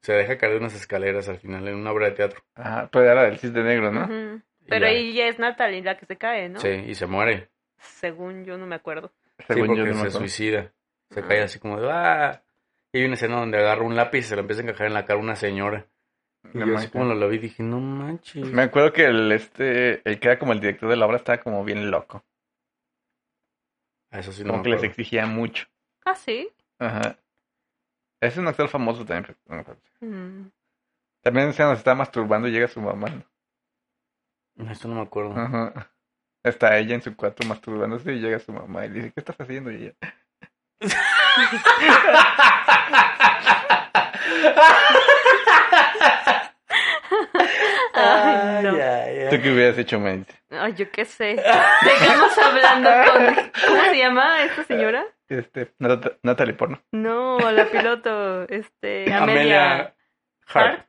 Se deja caer de unas escaleras al final en una obra de teatro.
Ajá, pero era del cisne negro, ¿no?
Ujú.
Y
Pero
ya.
ahí ya es Natalie la que se cae, ¿no?
Sí, y se muere.
Según yo no me acuerdo.
Según
sí,
yo,
porque
no me
se
acuerdo.
suicida. Se
Ah.
cae así como de... ¡Ah! Y hay una escena donde agarra un lápiz y se le empieza a encajar en la cara a una señora. Y
No
yo así
manches.
como lo vi dije, no manches.
Me acuerdo que el este, el que era como el director de la obra estaba como bien loco.
Ah, Eso sí no
Como
me
que les
acuerdo.
exigía mucho.
Ah, sí.
Ajá. Es un actor famoso también. pero no me acuerdo.
Mm.
También se nos está masturbando y llega su mamá. ¿no?
No, Eso no me acuerdo.
Ajá. Está ella en su cuarto masturbándose y llega su mamá y le dice, ¿qué estás haciendo? Y ella,
Ah,
Ay, no.
¿tú qué hubieras hecho, me dice.
Ay, yo qué sé. Sigamos hablando con. ¿Cómo se llama esta señora?
Este, Nat- Natalie Porno.
No, la piloto. Este, Amelia
Hart.
Hart.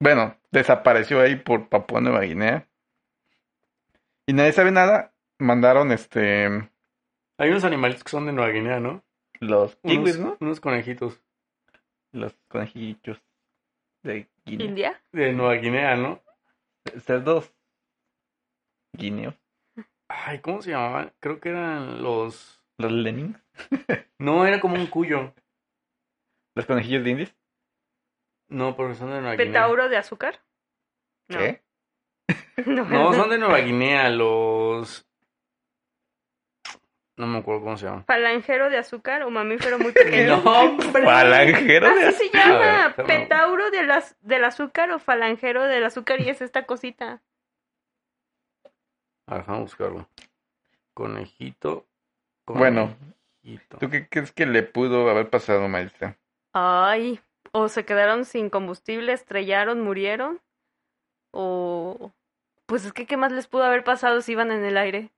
Bueno, desapareció ahí por Papua Nueva Guinea. Y nadie sabe nada. Mandaron este
Hay unos animalitos que son de Nueva Guinea, ¿no?
los kiwis,
unos,
¿no?
unos conejitos
Los conejillos de Guinea.
India.
de Nueva Guinea, ¿no?
Cerdos guineos.
Ay, ¿cómo se llamaban? Creo que eran los...
Los lemmings.
No, era como un cuyo.
Los conejillos de indies.
No, pero son de Nueva Guinea.
Petauro de azúcar. No.
¿Qué?
No, (laughs)
(laughs) No, son de Nueva Guinea, los... No me acuerdo cómo se llaman.
Falangero de azúcar o mamífero
(laughs)
muy pequeño.
hombre.
Palanjero de
Así se
(laughs)
llama.
A ver,
Petauro del, az- del azúcar o falangero del azúcar y es esta cosita.
(laughs) A ver, vamos a buscarlo. Conejito.
Bueno.
conejito.
¿Tú qué crees que le pudo haber pasado, maestra?
Ay, o se quedaron sin combustible, estrellaron, murieron. O. Pues es que, ¿qué más les pudo haber pasado si iban en el aire?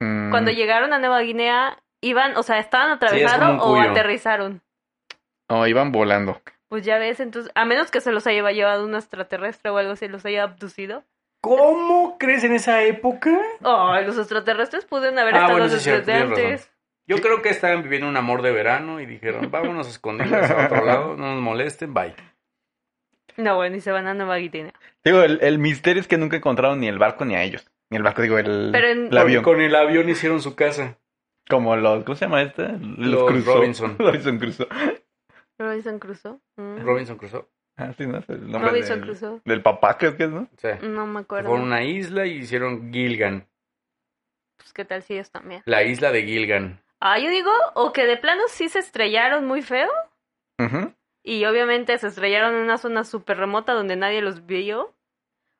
Mm,
Cuando llegaron a Nueva Guinea, iban, o sea, estaban
como un
atravesados o
cuyo.
aterrizaron.
No, iban volando.
Pues ya ves, entonces, a menos que se los haya llevado un extraterrestre o algo así, los haya abducido.
¿Cómo crees en esa época?
Oh, los extraterrestres pudieron haber
Ah,
estado
bueno, sí es
desde
cierto, tienes
antes.
Yo creo que estaban viviendo un amor de verano y dijeron, vámonos a escondernos a otro lado, no nos molesten, bye.
No, bueno, y se van a Nueva Guinea.
Digo, el, el misterio es que nunca encontraron ni el barco ni a ellos. Ni el barco, digo, el,
Pero en-
el avión.
Con el avión hicieron su casa.
Como los, ¿cómo se llama esta? Los,
Los
Crusoe.
Robinson.
(laughs) Robinson Crusoe.
Robinson Crusoe. Mm.
Robinson Crusoe.
Ah, sí, ¿no? Es el nombre
Robinson
del,
Crusoe.
Del papá, creo que es, ¿no?
O sea,
No me acuerdo.
fueron a una isla y hicieron Gilgan.
Pues qué tal si ellos también.
La isla de Gilgan.
Ah, yo digo, o que de plano sí se estrellaron muy feo.
Ujú.
Y obviamente se estrellaron en una zona súper remota donde nadie los vio.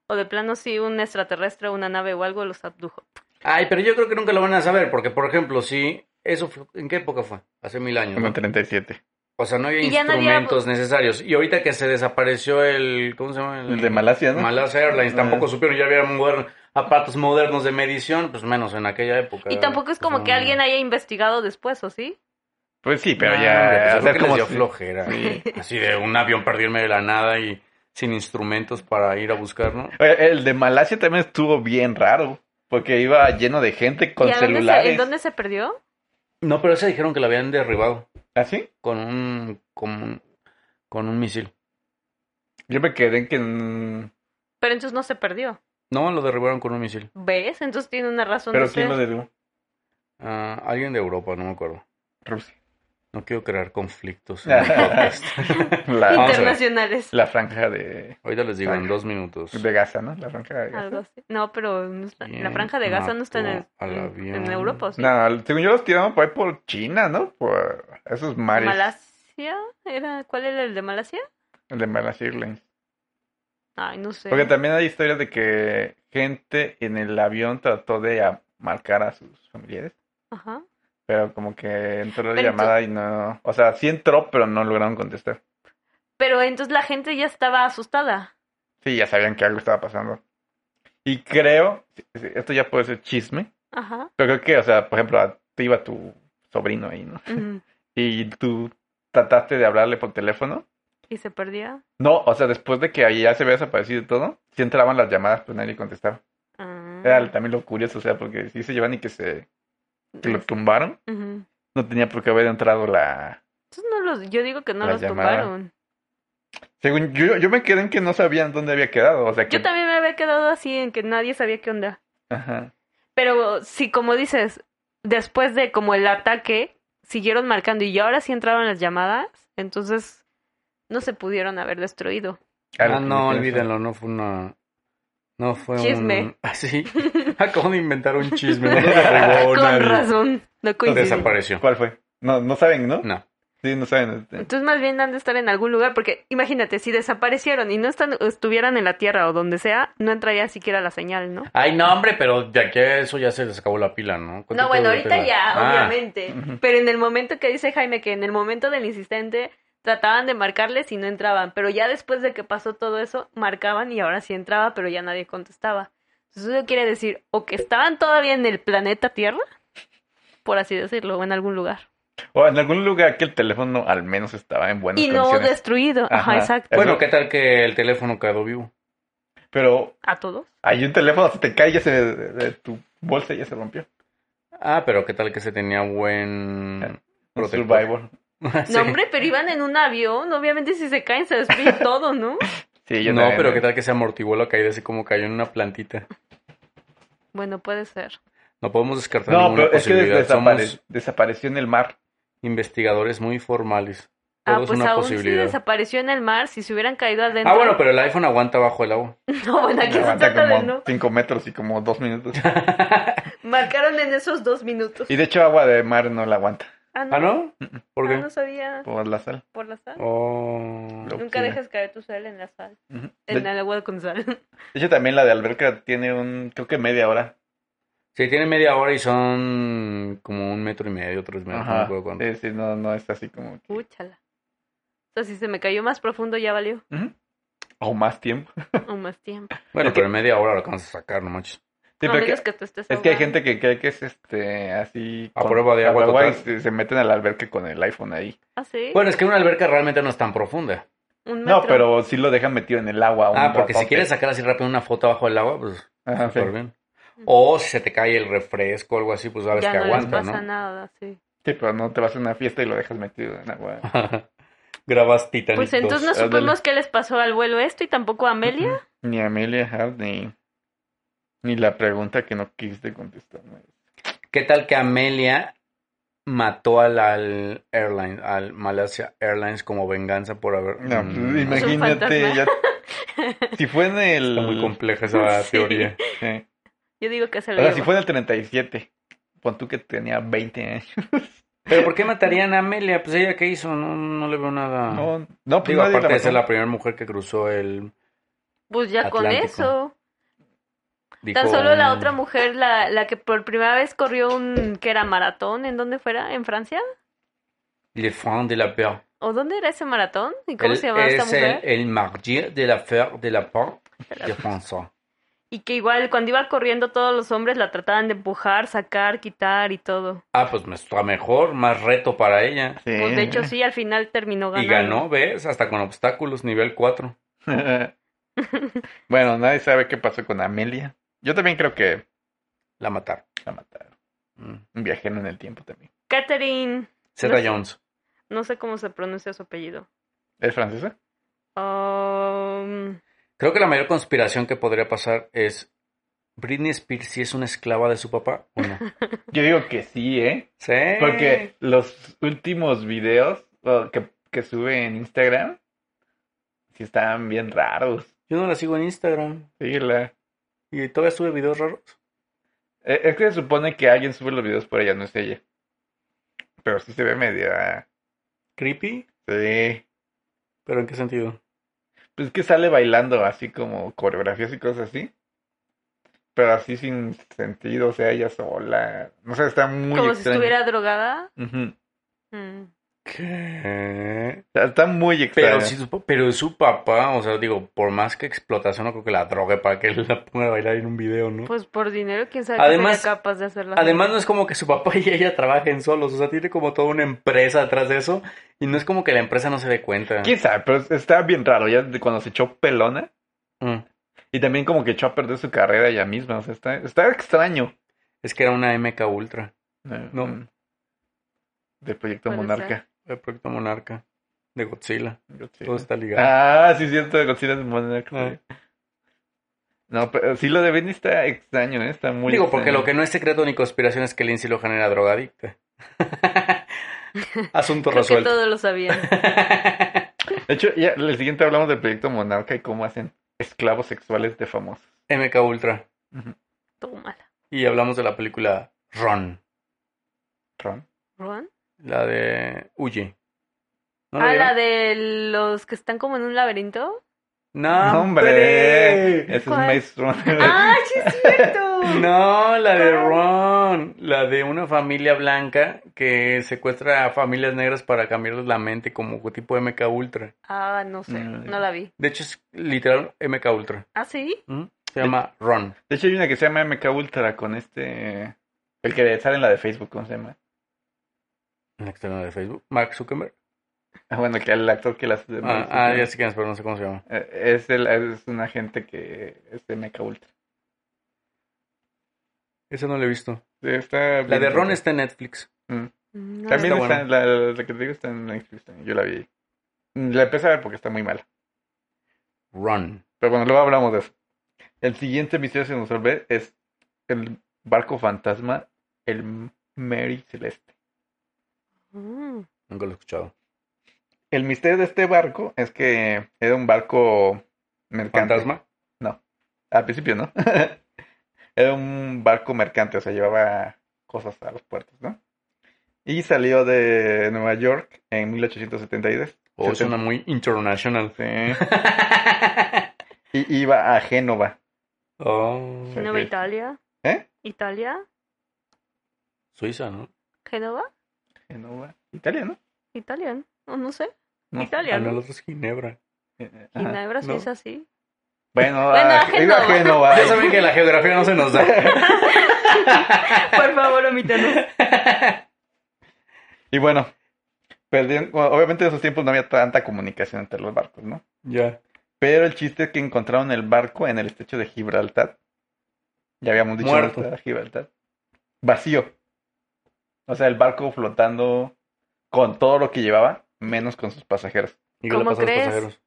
O de plano sí un extraterrestre, una nave o algo los abdujo.
Ay, pero yo creo que nunca lo van a saber, porque, por ejemplo, si... Eso fue- ¿En qué época fue? Hace mil años.
En
¿no?
el 37.
O sea, no había
Y ya no había-
instrumentos necesarios. Y ahorita que se desapareció el... ¿Cómo se llama?
Mm.
El de Malasia, ¿no?
Malasia Airlines. Tampoco
Ah.
supieron, ya había moderno- aparatos modernos de medición, pues menos en aquella época.
Y tampoco es como
Pues,
que
no.
alguien haya investigado después, ¿o sí?
Pues sí, pero
Ah,
No, hombre, pues,
ya...
yo creo
hacer
que les
como
dio
si-
flojera.
Sí.
(laughs) Así de un avión perdido en medio de la nada y sin instrumentos para ir a buscar, ¿no?
Oye, El de Malasia también estuvo bien raro. Porque iba lleno de gente con
¿Y a dónde
celulares.
se, en dónde se perdió?
No, pero ese dijeron que lo habían derribado
¿Ah, sí?
con un, con un, con un misil.
Yo me quedé en que... mm,
Pero entonces no se perdió.
No, lo derribaron con un misil.
¿Ves? Entonces tiene una razón
¿Pero
de
quién
ser.
lo detuvo?
Ah, alguien de Europa, no me acuerdo.
Rusia. (laughs)
No quiero crear conflictos. en el podcast.
La,
Ah, Vamos a ver.
Internacionales.
la franja de,
Ahorita les digo en dos minutos.
de Gaza, ¿no? La franja de Gaza.
Algo así. No, pero no está- la
¿Quién
franja de Gaza no está en, el-
mató al
en,
avión?
en Europa, ¿o sí?
No, según yo los tiraron por ahí por China, ¿no? Por esos mares.
¿Malasia? ¿Era, ¿Cuál era el de Malasia?
El de Malasia Airlines.
Ay, no sé.
Porque también hay historias de que gente en el avión trató de a- marcar a sus familiares.
Ajá.
Pero como que entró la
Pero
llamada y no... O sea, sí entró, pero no lograron contestar.
Pero entonces la gente ya estaba asustada.
Sí, ya sabían que algo estaba pasando. Y creo... sí, sí, Esto ya puede ser chisme. (laughs)
Ajá.
Pero creo que, o sea, por ejemplo, a- te iba tu sobrino ahí, ¿no?
Ujú.
Y tú trataste de hablarle por teléfono.
Y se perdía.
No, o sea, después de que ahí ya se había desaparecido y todo, si entraban las llamadas, pues nadie contestaba.
Ah.
Era también lo curioso, o sea, porque si se llevan y que se que lo tumbaron,
Ujú. Entonces
no tenía por qué haber entrado la...
no los, yo digo que no
La
los
llamada.
tumbaron.
Según yo, yo me quedé en que no sabían dónde había quedado, o sea que...
Yo también me había quedado así en que nadie sabía qué onda.
Ajá.
Pero sí, como dices, después de como el ataque, siguieron marcando y ahora sí entraron las llamadas, entonces no se pudieron haber destruido.
Ah, no, olvídenlo, no fue una... No fue un...
Chisme.
(laughs)
(laughs)
Así. Acabo de inventar un
(laughs)
chisme. No lo derribó
Con
nadie.
razón, no coinciden.
Desapareció.
¿Cuál fue? No, no saben, ¿no?
No.
Sí, no saben. este.
Entonces más bien han de estar en algún lugar, porque imagínate, si desaparecieron y no están, estuvieran en la Tierra o donde sea, no entraría siquiera la señal, ¿no?
Ay, no, hombre, pero de aquí a eso ya se les acabó la pila, ¿no?
Pues
¿Cuánto
No, bueno,
tiempo
ahorita
dura?
ya,
Ah,
obviamente.
Ujú.
Pero en el momento que dice Jaime que en el momento del insistente trataban de marcarles y no entraban, pero ya después de que pasó todo eso, marcaban y ahora sí entraba, pero ya nadie contestaba. Entonces eso quiere decir o que estaban todavía en el planeta Tierra, por así decirlo, o en algún lugar.
O en algún lugar que el teléfono al menos estaba en buenas
Y no
condiciones.
destruido. Ajá,
Ajá. Eh,
exacto.
Ah, Bueno,
Eso-
¿qué tal que el teléfono quedó vivo?
Pero
A todos.
hay un teléfono, se te cae, ya se... de- de tu bolsa ya se rompió.
Ah, pero ¿qué tal que se tenía buen...
Un
protector?
Survivor.
(laughs) Sí.
No, hombre, pero iban en un avión. Obviamente si se caen se destruye todo, ¿no?
Sí, yo
No,
también,
pero
eh.
¿qué tal que se amortiguó la caída así como cayó en una plantita?
Bueno, puede ser.
No podemos descartar
No,
ninguna
pero es que
posibilidad.
desapare-
Somos
desapareció en el mar.
investigadores muy formales. Todo
Ah,
es
pues
una
aún si
posibilidad.
desapareció en el mar, si se hubieran caído adentro.
ah, bueno, pero el iPhone aguanta bajo el agua.
(laughs) No, bueno, aquí se
Levanta
trata de
como
no.
5 metros y como 2 minutos.
Marcaron en esos dos minutos.
Y de hecho agua de mar no la aguanta
Ah, no,
¿Ah, no? ¿Por
Ah,
qué?
no sabía
por la sal.
por la sal.
Oh.
No.
Nunca
sí.
dejes caer tu sal en la sal.
Ujú. De,
En el agua con sal. (laughs)
de hecho también la de alberca tiene un, creo que media hora.
Sí, tiene media hora y son como un metro y medio, tres metros, no me
Ajá. Eh,
acuerdo cuánto.
Sí, sí, no, no es así como... que-
Úchala. O sea, si se me cayó más profundo, ya valió.
Ujú. O más tiempo. (laughs)
O más tiempo.
Bueno,
Es que-
pero en media hora lo alcanzas a sacar, no manches.
Sí,
a
pero que-
menos que, tú estés
es que hay
ahogado.
gente que cree que es este así...
A prueba de agua
y
total.
se, se meten al alberca con el iPhone ahí.
Ah, sí.
Bueno, es que una alberca realmente no es tan profunda.
Un
No,
metro.
pero sí lo dejan metido en el agua. un
Ah, porque si
ratote.
quieres sacar así rápido una foto abajo del agua, pues
Ajá, Ah, sí.
súper bien. O si se te cae el refresco o algo así, pues sabes
Mm. ya
que
no
aguanta,
les pasa
¿no?
nada, sí.
Sí, pero no te vas a una fiesta y lo dejas metido en agua.
(laughs) Grabas Titanic
Pues entonces
2.
no
ándale.
este supimos qué les pasó al vuelo esto y tampoco a Amelia.
Ni a Amelia Hart, ni... Ni la pregunta que no quisiste contestar. ¿no?
¿Qué tal que Amelia mató al, al Airlines, al Malasia Airlines como venganza por haber...
No, pues,
Es
Mm,
un
imagínate,
fantasma. (laughs)
ya- si fue en el...
Está muy compleja esa
Sí.
teoría.
(laughs) sí.
Yo digo que se
O
lo
sea, si
lleva.
fue en el 37, pon tú que tenía 20 años.
¿Pero por qué matarían a Amelia? Pues ella qué hizo, no, no le veo nada.
No, no, pues
Ah. Digo,
nadie la
aparte de ser
mató.
la primera mujer que cruzó el...
Pues ya con
Atlántico.
eso.
dijo,
Tan solo la
mm,
otra mujer, la, la que por primera vez corrió un, que era maratón, ¿en dónde fuera? ¿En Francia?
Le Front de la Paix.
¿O dónde era ese maratón? ¿Y cómo
Él
se llamaba esta
es el, E
mujer?
el martyr de la Fer de la Paix de François.
Y que igual cuando iba corriendo todos los hombres la trataban de empujar, sacar, quitar y todo.
Ah, pues me está mejor, más reto para ella.
Sí.
Pues de hecho sí, al final terminó
Y
ganando.
ganó, ¿ves? Hasta con obstáculos, nivel 4.
(laughs) bueno, nadie sabe qué pasó con Amelia. Yo también creo que
La mataron.
la mataron.
Mm.
Un viajero en el tiempo también.
Catherine,
Zeta
sé.
Jones.
no sé cómo se pronuncia su apellido.
¿Es francesa?
Um,
Creo que la mayor conspiración que podría pasar es Britney Spears si es una esclava de su papá o no.
Yo digo que sí, ¿eh?
Sí.
Porque los últimos videos o, que, que sube en Instagram sí estaban bien raros.
yo no la sigo en Instagram
Síguela.
y todavía sube videos raros.
Eh, Es que se supone que alguien sube los videos por ella, no es ella. Pero sí se ve media.
Creepy,
Sí.
pero ¿en qué sentido?
Pues que sale bailando así como coreografías y cosas así. Pero así sin sentido, o sea, ella sola. No sé, está muy
como si
extraño.
estuviera drogada.
Ujú. O
Mm.
¿Qué?
sea, está muy
Pero,
extraño.
si su, pa- pero su papá, o sea, digo, por más que explotación, no creo que la drogue para que (laughs) la ponga a bailar en un video, ¿no?
Pues por dinero, quién sabe
Además-
qué sería capaz de hacerlo.
Además, no es como que su papá (laughs) y ella trabajen solos, o sea, tiene como toda una empresa atrás de eso, y no es como que la empresa no se dé cuenta.
Quién sabe, pero está bien raro. Ya de cuando se echó pelona.
Mm.
Y también como que echó a perder su carrera ella misma. O sea, está, está extraño.
Es que era una MK Ultra, No.
Mm. Del proyecto
Puede
Monarca.
el proyecto Monarca, de Godzilla,
Godzilla.
todo está ligado.
Ah, sí, cierto, Godzilla es Monarca.
Pues, Ah.
No, pero sí lo de Benny está extraño, ¿eh? Está muy
Digo, porque
extraño.
lo que no es secreto ni conspiración es que Lindsay Lohan era (laughs) drogadicta. Asunto
Creo que
resuelto. (laughs)
todos lo
(laughs)
sabían.
De hecho, ya el siguiente hablamos del proyecto Monarca y cómo hacen esclavos sexuales de famosos.
MK Ultra.
Ujú.
Tómala.
Y hablamos de la película Ron,
Ron.
¿Ron?
la de Huye. ¿No
ah, la
vieron?
de los que están como en un laberinto.
¡No,
¡Hombre!
hombre!
Ese es
¿Cuál?
Maze Runner.
¡Ah, sí es
(laughs)
cierto!
No, la de
¿Cuál?
Ron, la de una familia blanca que secuestra a familias negras para cambiarles la mente como tipo MK Ultra.
Ah, no sé,
No.
no la vi.
De hecho es literal MK Ultra.
¿Ah, sí?
¿Mm? Se llama Ron.
De hecho, hay una que se llama MK Ultra con este... El que sale en la de Facebook, ¿cómo se llama?
La que sale de Facebook. Mark Zuckerberg.
Ah, bueno, que el actor que la hace de
Ah,
Maze
ah,
Runner.
ya sé quién es, pero no sé cómo se llama.
Eh, Es, el- es un agente que es de MK Ultra.
Esa no la he visto.
Sí, está
La de
bien.
Ron está en Netflix.
Mm.
No la
También
vi.
está
está, la, la que te digo está en Netflix. también. Yo la vi. La empecé a ver porque está muy mala.
Ron.
Pero bueno, luego hablamos de eso. El siguiente misterio que se nos resuelve es el barco fantasma, el Mary Celeste.
Mm.
Nunca lo he escuchado.
El misterio de este barco es que era un barco mercante.
¿Fantasma?
Al principio, ¿no? (laughs) Era un barco mercante, o sea, llevaba cosas a los puertos, ¿no? Y salió de Nueva York en 1872.
O suena muy (laughs) international.
Sí. Y iba a Génova.
Oh,
¿Génova,
Ok.
Italia?
¿Eh?
¿Italia?
Suiza, ¿no?
¿Génova?
Génova. Italia, ¿no?
¿Italia? No, No, no sé.
No. Eh,
Ah,
Italia,
no, el
¿no?
otro es Ginebra.
Ajá.
Ginebra,
no.
Suiza, sí.
Bueno,
Bueno,
a,
a Génova.
iba a Génova.
Ya saben que la geografía no se nos da.
Por favor, omítanos.
(laughs) Y bueno, perdieron, bueno, obviamente en esos tiempos no había tanta comunicación entre los barcos, ¿no?
(laughs) Ya.
Pero el chiste es que encontraron el barco en el estrecho de Gibraltar. Ya habíamos dicho dónde
Muerto.
estaba Gibraltar. Vacío. O sea, el barco flotando con todo lo que llevaba, menos con sus pasajeros.
¿Y
¿Cómo
pasó a los
crees?
pasajeros?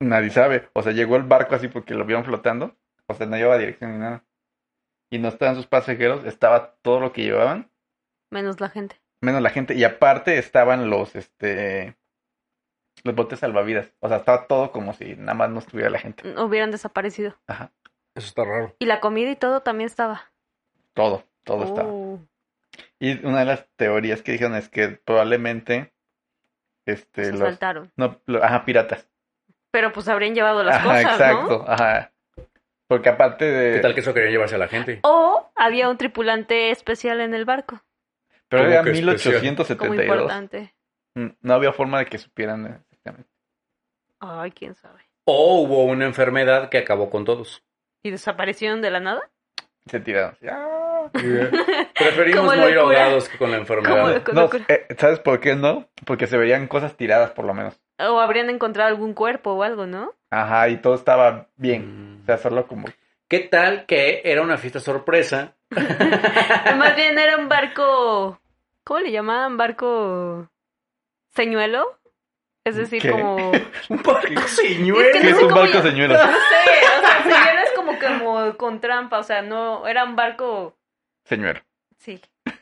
Nadie sabe. O sea, llegó el barco así porque lo vieron flotando. O sea, no llevaba dirección ni nada. y no estaban sus pasajeros, estaba todo lo que llevaban,
Menos la gente.
menos la gente. Y aparte estaban los, este, los botes salvavidas. O sea, estaba todo como si nada más no estuviera la gente.
Hubieran desaparecido.
Ajá,
Eso está raro.
Y la comida y todo también estaba.
todo, todo estaba.
Oh.
Y una de las teorías que dijeron es que probablemente, este,
Se
los,
saltaron.
no, lo- ajá, piratas.
Pero pues habrían llevado las
Ajá,
cosas, ¿no?
exacto, ajá. Porque aparte de...
¿Qué tal que eso querían llevarse a la gente?
O había un tripulante especial en el barco,
Pero
Como
era
que especial.
como
1872.
importante.
Mm, No había forma de que supieran eh, exactamente.
Ay, quién sabe.
O hubo una enfermedad que acabó
(laughs)
con (laughs) todos.
¿Y desaparecieron de la nada?
Se tiraron. así, ¡ah!
Preferimos
Como
morir
locura.
ahogados que con la
(laughs) Como
enfermedad.
locura.
No, eh, ¿Sabes por qué no? Porque se veían cosas tiradas por lo menos.
O habrían encontrado algún cuerpo o algo, ¿no?
Ajá, y todo estaba bien.
Mm.
O sea, solo como...
¿Qué tal que era una fiesta sorpresa?
Más bien era un barco... ¿Cómo le llamaban? ¿Barco señuelo? Es decir,
¿Qué?
como...
Un barco
Es
¿Qué
que
es
no
señuelo.
sé
un
cómo
barco,
ya-
señuelo?
No sé, o sea, señuelo es como, como con trampa, o sea, no... Era un barco...
Señuelo.
Sí. (laughs)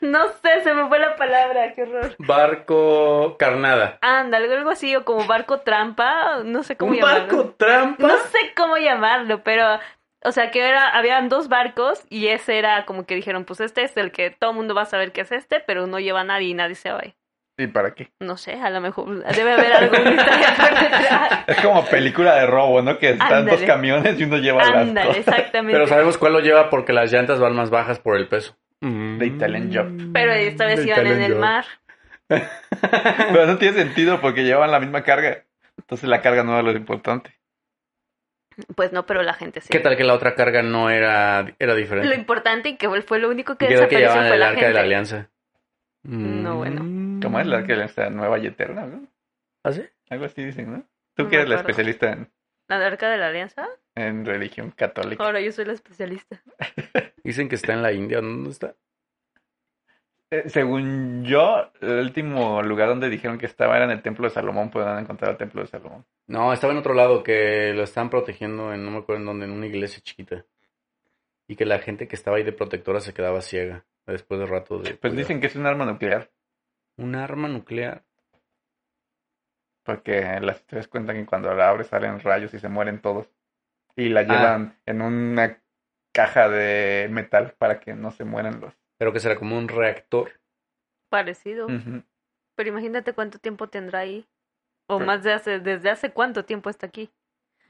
no sé, se me fue la palabra, qué horror.
Barco carnada.
Anda, algo, algo así, o como barco trampa, no sé cómo
Un
llamarlo.
barco trampa.
No sé cómo llamarlo, pero. O sea, que era, habían dos barcos y ese era como que dijeron, pues este es el que todo el mundo va a saber que es este, pero no lleva a nadie y nadie se va. a ir.
¿Y para qué?
No sé, a lo mejor debe haber alguna historia por
(laughs)
detrás.
Es como película de robo, ¿no? Que están dos
Ándale.
camiones y uno lleva las
Ándale,
cosas.
exactamente.
Pero sabemos cuál lo lleva porque las llantas van más bajas por el peso.
De Italian Job.
Pero esta vez
De
iban en
Italian
el
Job.
mar.
Pero no tiene sentido porque llevan la misma carga. Entonces la carga no era lo importante.
Pues no, pero la gente sí.
¿Qué tal que la otra carga no era, era
Lo
diferente?
importante y que fue lo único que
¿Qué tal que
desapareció
llevaban
fue
el
la
arca de
gente.
la alianza?
No, bueno.
¿Cómo es la que está nueva y eterna, no?
¿Ah, sí?
Algo así dicen, ¿no? Tú
No
que
me
eres la
acuerdo.
especialista en,
¿La arca de la alianza?
en religión católica.
Ahora yo soy la especialista.
Dicen que está en la India. ¿Dónde está?
Eh, según yo, el último lugar donde dijeron que estaba era en el templo de Salomón, pero no han encontrado el templo de Salomón.
No, estaba en otro lado que lo están protegiendo en, no me acuerdo en dónde, en una iglesia chiquita. Y que la gente que estaba ahí de protectora se quedaba ciega después de rato de...
Pues dicen que es un arma nuclear,
Un arma nuclear.
porque las historias cuentan que cuando la abre salen rayos y se mueren todos. Y la llevan en una caja de metal para que no se mueran los.
Pero que será como un reactor.
Parecido.
Ujú.
Pero imagínate cuánto tiempo tendrá ahí. O
Pero-
más de hace, desde hace cuánto tiempo está aquí.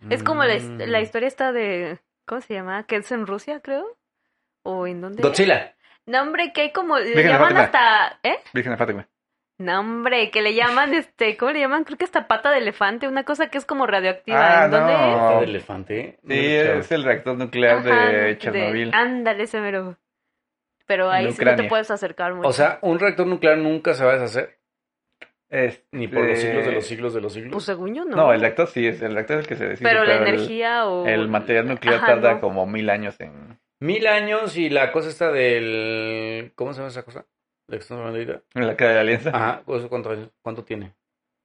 Es como la, his- la
Mm.
historia esta de. ¿Cómo se llama? Que es en Rusia, creo. ¿O en dónde?
Godzilla.
No, hombre, que hay como. Le
Virgen de
llaman
Fátima.
hasta. ¿Eh?
Virgen de Fátima.
No, hombre, que le llaman este. ¿Cómo le llaman? Creo que hasta pata de elefante. Una cosa que es como radioactiva.
Ah,
¿En dónde
no.
es?
Está de elefante. ¿eh? No
Sí,
lo he escuchado.
es el reactor nuclear
Ajá, Ah.
de Chernobyl.
Ándale, ese mero. Pero ahí
De
sí no te
Ucrania.
puedes acercar mucho.
O sea, un reactor nuclear nunca se va a deshacer.
Este-
Ni por los siglos de los siglos de los
pues
siglos.
según yo no.
No, el reactor sí, es, el reactor es el que se decide.
Pero la
el-
energía o.
El material nuclear
Ajá,
tarda
no.
como mil años en.
Mil años y la cosa está del... ¿Cómo se llama esa cosa? La que estamos hablando ahorita.
(laughs) en la cara de la alianza.
Ajá, ¿eso cuánto, cuánto tiene?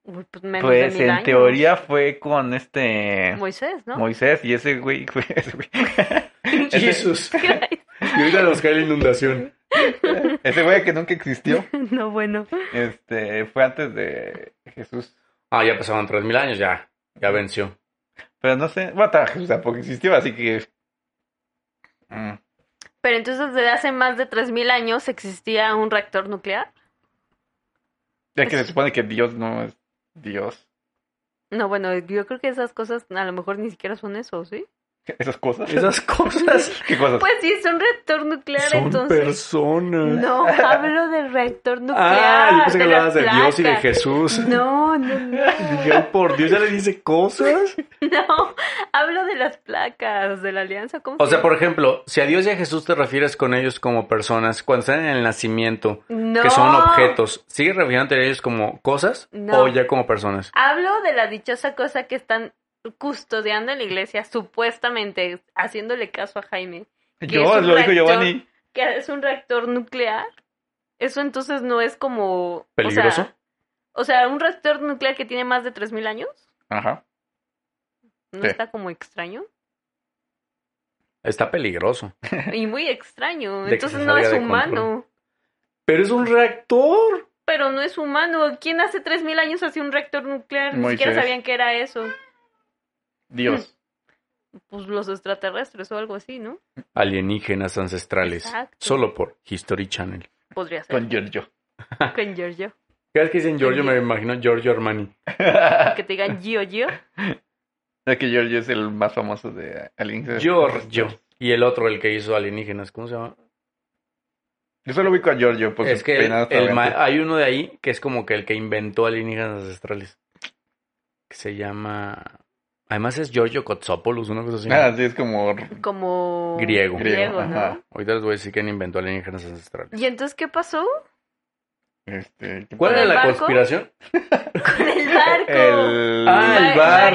Uy, pues menos de
Pues
mil
en
años.
teoría fue con este
Moisés, ¿no?
Moisés y ese güey, fue- (laughs) ese güey,
(laughs) Jesús. Y ahorita nos cae la inundación.
ese güey que nunca existió,
(laughs) no, bueno.
este, fue antes de Jesús.
Ah, ya pasaban 3.000 años, ya. Ya venció.
Pero no sé, bueno, ta- o sea, porque existió, así que. mm,
Pero entonces desde hace más de 3.000 años existía un reactor nuclear.
Ya que se supone que Dios no es Dios. (laughs)
No, bueno, yo creo que esas cosas a lo mejor ni siquiera son eso, ¿sí?
Esas cosas.
(laughs) Esas cosas
¿Qué cosas?
Pues sí, es un reactor nuclear, entonces.
personas.
No, hablo del reactor nuclear.
Ah, yo pensé que
las
hablabas de Dios y de
placas.
Jesús.
No, no, no,
Dije, "Ay, por Dios, ya le dice cosas.
no. Hablo de las placas, de la alianza. ¿Cómo
O
se
sea,
llama?
por ejemplo, si a Dios y a Jesús te refieres con ellos como personas, cuando están en el nacimiento,
no.
que son objetos, ¿sigues refiriéndote a ellos como cosas
No.
o ya como personas?
Hablo de la dichosa cosa que están custodiando en la iglesia, supuestamente haciéndole caso a Jaime,
Yo,
es un
lo dijo
reactor.
Giovanni.
que es un reactor nuclear. Eso entonces no es como... o sea,
¿Peligroso?
O sea, un reactor nuclear que tiene más de 3.000 años,
Ajá.
¿no
Sí.
está como extraño?
Está peligroso.
Y muy extraño.
(laughs) De que
Entonces
se
no
salga
es
de
humano.
Pero es un reactor.
Pero no es humano. ¿Quién hace 3.000 años hacía un reactor nuclear? Ni siquiera
Moisés.
sabían que era eso. (laughs)
Dios.
Pues los extraterrestres o algo así, ¿no?
Alienígenas ancestrales.
Exacto.
Solo por History Channel.
Podría ser.
Con Giorgio. (laughs)
Con Giorgio.
Cada vez que dicen Giorgio me imagino Giorgio Armani.
Que te digan Gio Gio.
Ya que Giorgio es el más famoso de Alien.
Giorgio. Y el otro, el que hizo Alienígenas, ¿cómo se llama?
Yo solo ubico a Giorgio por
es
su
que el-
peinado
el ma-
extravagante.
hay uno de ahí que es como que el que inventó alienígenas ancestrales. Que se llama... Además es Giorgio Kotsopoulos, una cosa así.
Ah, sí, es como...
Como.
Griego.
Griego, ¿no?
Griego, ajá.
Ahorita les voy a decir quién inventó alienígenas ancestrales.
¿Y entonces qué pasó?
Este, ¿qué
¿Cuál
¿Con
era
el
la
barco?
conspiración?
Con el barco.
El...
Ah, el
Ma-
barco.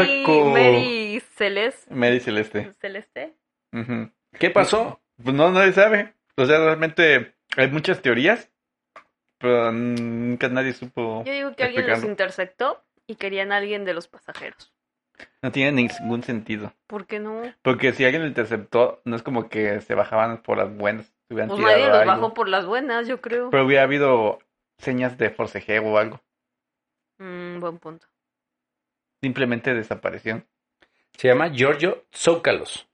Mary, Mary Celeste.
Mary Celeste.
Celeste.
Ujú.
¿Qué pasó?
Pues no, nadie sabe. O sea, realmente hay muchas teorías, pero nunca nadie supo.
Yo digo que alguien los
Explicando.
interceptó y querían a alguien de los pasajeros.
No tiene ningún sentido.
¿Por qué no?
Porque si alguien lo interceptó, no es como que se bajaban por las buenas. se hubieran
Pues
tirado
nadie los
algo.
bajó por las buenas, yo creo.
Pero hubiera habido señas de forcejeo o algo.
Mm, buen punto.
Simplemente desaparecieron.
Se llama Giorgio Zócalos.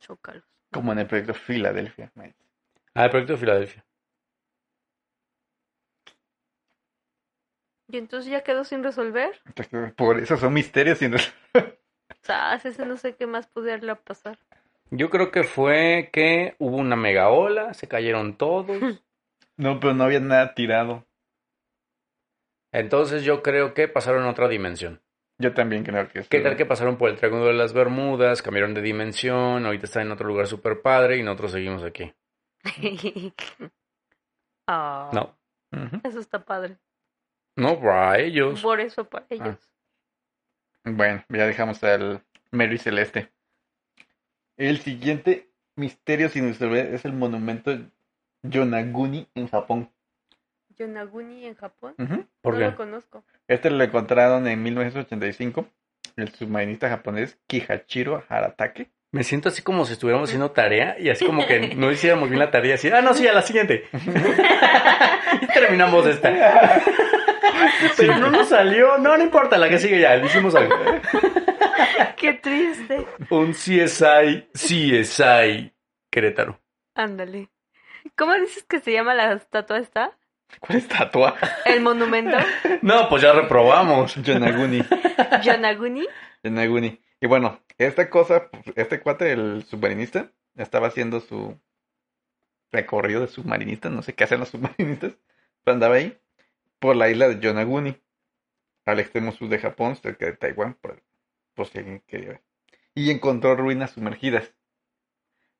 Chócalos.
Como en el proyecto Filadelfia.
Ah, el proyecto de Filadelfia.
Y entonces ya quedó sin resolver.
Entonces, Por eso son misterios. sin res-
O sea, ese no sé qué más pudiera pasar. (laughs)
Yo creo que fue que hubo una mega ola, se cayeron todos.
No, pero no había nada tirado.
Entonces yo creo que pasaron a otra dimensión.
Yo también creo que es.
¿Qué tal que pasaron por el Triángulo de las Bermudas, cambiaron de dimensión, ahorita están en otro lugar super padre y nosotros seguimos aquí?
Ah,
No,
Ujú.
Eso está padre.
no para ellos.
Por eso
Ah.
para ellos.
Bueno, ya dejamos al Mary Celeste. El siguiente misterio sin resolver es el monumento Yonaguni en Japón.
Yonaguni en Japón.
Ujú.
¿Por
no
qué?
lo conozco. (laughs)
Este lo encontraron en 1985 el submarinista japonés Kihachiro Haratake.
Me siento así como si estuviéramos haciendo tarea y así como que no hiciéramos bien la tarea, así, ah, no, sí, a la (laughs) siguiente. y terminamos esta. Pero no nos salió, no, no importa, la que sigue ya, le hicimos algo.
Qué triste.
Un CSI, CSI Querétaro.
Ándale. ¿Cómo dices que se llama la estatua esta?
¿Cuál es tatua?
(laughs)
El monumento.
No, pues ya reprobamos.
Yonaguni.
Yonaguni.
Yonaguni. Y bueno, esta cosa, este cuate, el submarinista, estaba haciendo su recorrido de submarinista, no sé qué hacen los (laughs) submarinistas, pero andaba ahí por la isla de Yonaguni, al extremo sur de Japón, cerca de Taiwán, por, por si alguien quería ver. Y encontró ruinas sumergidas,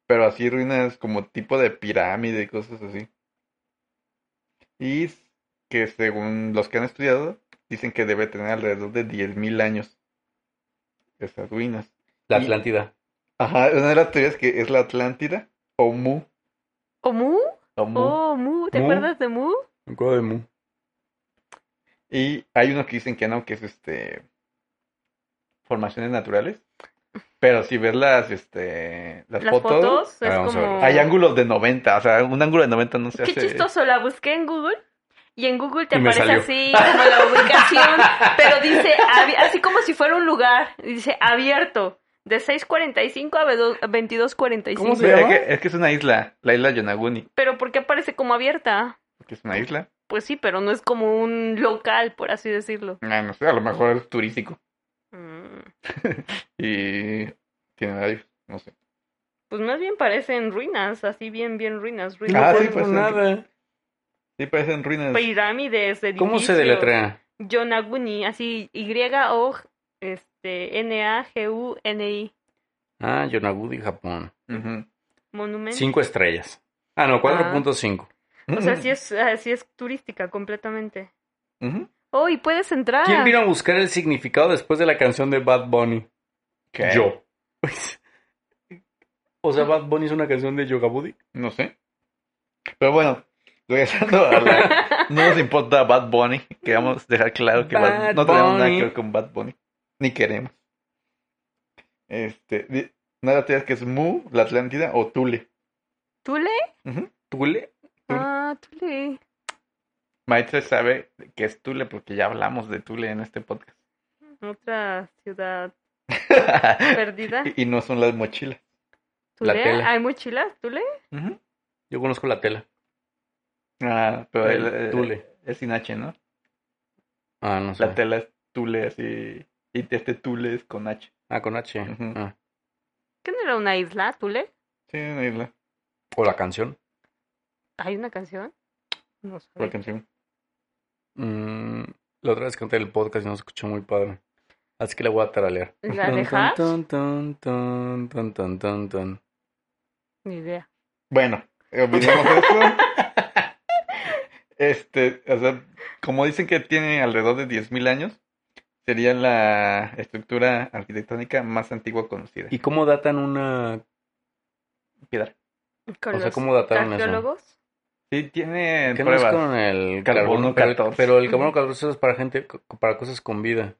pero así ruinas como tipo de pirámide y cosas así. Y que según los que han estudiado, dicen que debe tener alrededor de 10.000 años esas ruinas.
La Atlántida.
Ajá, una de las teorías que es la Atlántida o Mu.
¿O Mu?
o Mu.
Oh, Mu. ¿Te
Mu.
acuerdas de Mu?
Me acuerdo de Mu.
Y hay unos que dicen que no, que es este formaciones naturales. Pero si ves las este las,
Las
fotos,
fotos
Ah,
es
vamos a ver.
como...
hay ángulos de 90, o sea, un ángulo de 90 no se
Qué
hace.
chistoso, la busqué en Google y en Google te
Y me
aparece
salió.
así como la
(laughs)
ubicación, pero dice abi- así como si fuera un lugar, y dice abierto de 6:45 a vedo- a 22:45.
¿Cómo se
Pero es
llama?
que, es que es una isla, la isla Yonaguni,
Pero ¿por qué aparece como abierta?
que es una isla.
Pues sí, pero no es como un local, por así decirlo.
Ah, no sé, a lo mejor es turístico
Mm,
y tiene varios, no sé.
Pues más bien parecen ruinas, así bien, bien ruinas,
No
Ah,
ruinas.
me
sí,
acuerdo
pues,
nada.
Sí parecen ruinas.
Pirámides, edificios.
¿Cómo se deletrea?
Yonaguni, así Y-O, este, N-A-G-U-N-I,
Ah, Yonaguni, Japón.
Ujú.
monumento.
Cinco estrellas. Ah, no, 4.5.
O sea, sí es, así es turística completamente.
Ujú.
Oh, y puedes entrar.
¿Quién vino a buscar el significado después de la canción de Bad Bunny?
¿Qué?
Yo. (laughs) o sea, Bad Bunny es una canción de Yoga Buddy.
No sé. Pero bueno, regresando a (laughs) la... No nos importa Bad Bunny. Queremos dejar claro que Bad-
Bad
no tenemos nada que
Bunny.
ver con Bad Bunny. Ni queremos. Este, di- Una de las teorías que es Mu, la Atlántida o Tule.
¿Tule?
Ujú.
¿Tule?
Ah, Tule.
Maestre sabe que es Tule porque ya hablamos de Tule en este (laughs) podcast.
Otra
(laughs)
ciudad perdida.
Y, y no son las mochilas.
La
¿Tule?
tela.
¿Hay mochilas? ¿Tule?
Ujú.
Yo conozco la tela.
Ah, pero
El
el- el-
Tule.
es sin H, ¿no?
Ah, no
La tela es Tule así. Y este Tule es con H.
Ah, con H.
Ujú.
Ah.
¿Qué no era una isla? ¿Tule?
Sí, una isla.
O la canción.
¿Hay una canción? No sé.
La canción.
Mm, la otra vez canté el podcast y no se escuchó muy padre. Así que la voy a taralear.
¿La de
Tun,
Hash?
tun, tun, tun, tun, tun, tun, tun.
Ni idea.
Bueno, eh, olvidemos esto. Este, o sea, como dicen que tiene alrededor de 10.000 años, sería la estructura arquitectónica más antigua conocida.
¿Y cómo datan una...?
piedra.
¿Con
O sea,
los
¿cómo dataron eso?
arqueólogos?
Sí, tiene
¿Qué no es
pruebas.
con el
Carbono
carbono? Pero,
14.
pero el carbono 14 es para gente, para cosas con vida.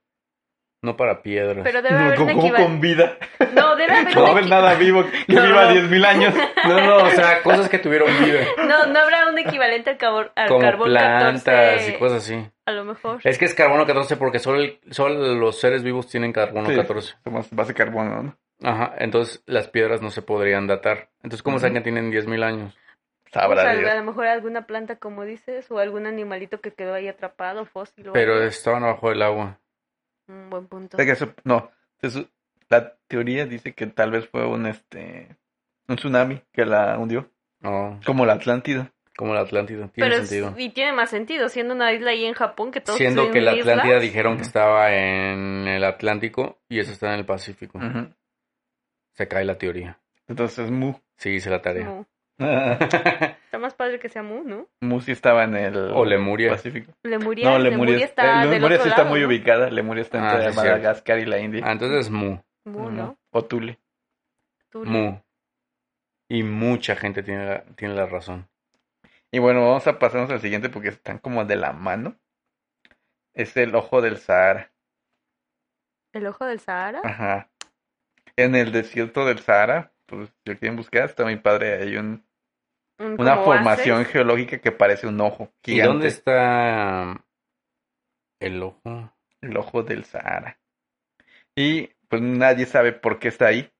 No para piedras.
Pero debe
No,
(laughs)
haber un
¿Cómo, cómo con
equivalente.
vida?
No, debe haber
No va a
un
haber
equi-
nada vivo que
No,
viva
no.
10.000 años.
No, no, o sea, cosas que tuvieron vida.
No, no habrá un equivalente al, carbón (laughs) al
Como
carbón
plantas
14,
y cosas así.
A lo mejor.
Es que es carbono 14 porque solo, el- solo los seres vivos tienen carbono
Sí,
14.
Somos base carbono, ¿no?
Ajá, entonces las piedras no se podrían datar. Entonces, ¿cómo
Ujú.
saben que tienen 10.000 años?
O sea,
Sabrá
Pues, a
Dios.
lo mejor alguna planta, como dices, o algún animalito que quedó ahí atrapado, fósil. o
Pero
algo.
estaban abajo del agua.
Un buen punto.
O sea que eso- no, eso- la teoría dice que tal vez fue un este un tsunami que la hundió,
No,
como la Atlántida.
como la Atlántida. Tiene
Pero es-
sentido.
y tiene más sentido, siendo una isla ahí en Japón que todos
Siendo
tienen
que la Atlántida
islas.
dijeron que
Ujú.
estaba en el Atlántico y eso está en el Pacífico.
Ujú.
Se cae la teoría.
Entonces Mu,
Sí, hice la tarea.
Mu. Está más padre que sea Mu, ¿no?
(laughs) Mu sí estaba en el
o Lemuria.
Pacífico.
Lemuria,
No,
Lemuria,
Lemuria,
está
eh,
del
Lemuria
otro
sí está
lado,
muy
¿no?
ubicada, Lemuria está
Ah,
entre
sí, cierto.
Madagascar y la India.
(laughs) Ah, entonces Mu.
Mu, ¿no?
O Tule.
Tú,
Mu. Y mucha gente tiene la, tiene la razón.
Y bueno, vamos a pasarnos al siguiente porque están como de la mano. Es el ojo del Sahara.
El ojo del Sahara.
Ajá. En el desierto del Sahara, pues si lo quieren buscar, está mi padre. Hay un,
un
una
como
formación
oasis.
geológica que parece un ojo
¿Y
gigante.
dónde está el ojo?
El ojo del Sahara. Y pues nadie sabe por qué está ahí.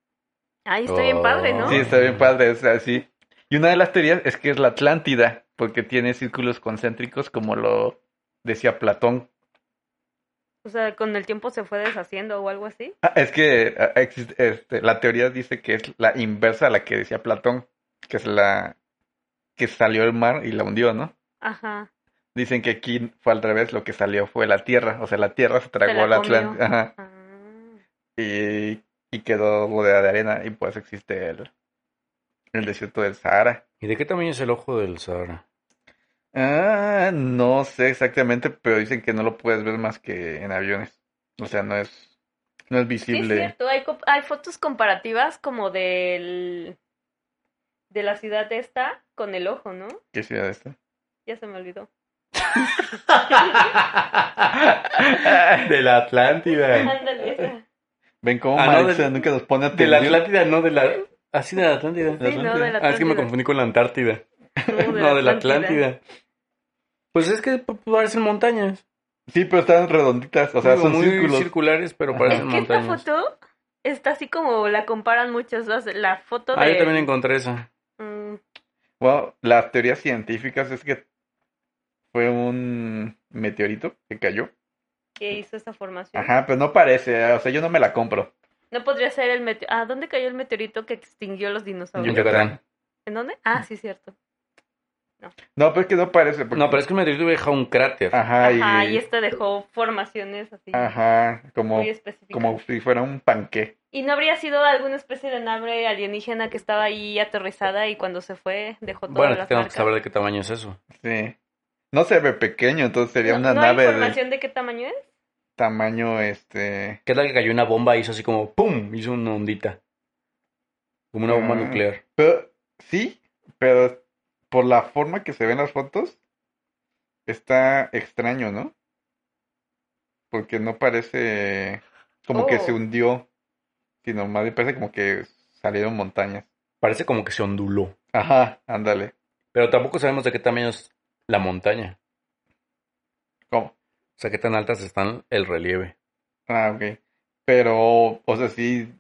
Ahí está bien
Oh.
padre, ¿no?
Sí,
Ay.
está bien padre, es así. Y una de las teorías es que es la Atlántida, porque tiene círculos concéntricos como lo decía Platón.
O sea, con el tiempo se fue deshaciendo o algo así.
Ah, es que ah, existe- este, la teoría dice que es la inversa a la que decía Platón, que es la que salió el mar y la hundió, ¿no?
Ajá.
Dicen que aquí fue al revés, lo que salió fue la tierra, o sea, la tierra se tragó
la
la
comió.
Atlántida ajá,
Ah.
y, y quedó rodeada de arena y pues existe el, el desierto del Sahara.
¿Y de qué tamaño es el ojo del Sahara?
Ah, no sé exactamente, pero dicen que no lo puedes ver más que en aviones. O sea, no es, no
Sí,
es
es
visible.
cierto. Hay, co- hay fotos comparativas como del. de la ciudad esta con el ojo, ¿no?
¿Qué ciudad
(laughs)
está?
Ya se me olvidó.
(laughs) de la Atlántida.
(laughs) Ándale. esa.
Ven cómo
Ah, no,
Maritza
del-
nunca nos pone
De la
atención.
Atlántida, no de la... Así de la Atlántida.
Sí, no, de la
Ah, es que me
Atlántida.
confundí con la Antártida.
No, de
(laughs) (laughs) no, de la Atlántida. Pues es que p- parecen montañas.
Sí, pero están redonditas, o sea,
Digo,
son
muy
círculos.
circulares, pero
Ajá.
(laughs)
parecen
Es que esta
montañas.
foto está así como la comparan muchos. La, la foto de.
Ah, yo también encontré esa.
Mm,
Bueno, las teorías científicas es que fue un meteorito que cayó.
que hizo esta formación.
Ajá, pero no parece, o sea, yo no me la compro.
No podría ser el meteorito. Ah, ¿dónde cayó el meteorito que extinguió los dinosaurios?
En Yucatán.
¿En dónde? Ah, sí, cierto.
No, pero es que no parece. porque-
No, pero es que el meteorito deja un cráter.
Ajá, y...
Ajá, y este dejó formaciones así
Ajá, como,
muy específicas.
como si fuera un panqué.
¿Y no habría sido alguna especie de nave alienígena que estaba ahí aterrizada y cuando se fue dejó todas
bueno, es que
las
tenemos
marcas?
que saber de qué tamaño es eso.
Sí. No se ve pequeño, entonces sería
¿No,
una
no
nave
hay
de
información de qué tamaño es?
tamaño, este...
¿Qué tal que cayó una bomba y hizo así como ¡pum! Hizo una ondita. Como una bomba
Ah.
nuclear.
Pero, sí, pero por la forma que se ven las fotos, está extraño, ¿no? Porque no parece como que se
Oh.
hundió, sino más bien parece como que Salieron montañas.
Parece como que se onduló.
Ajá, ándale.
Pero tampoco sabemos de qué tamaño es la montaña.
¿Cómo?
O sea, qué tan altas están el relieve.
Ah, ok. Pero, o sea, sí,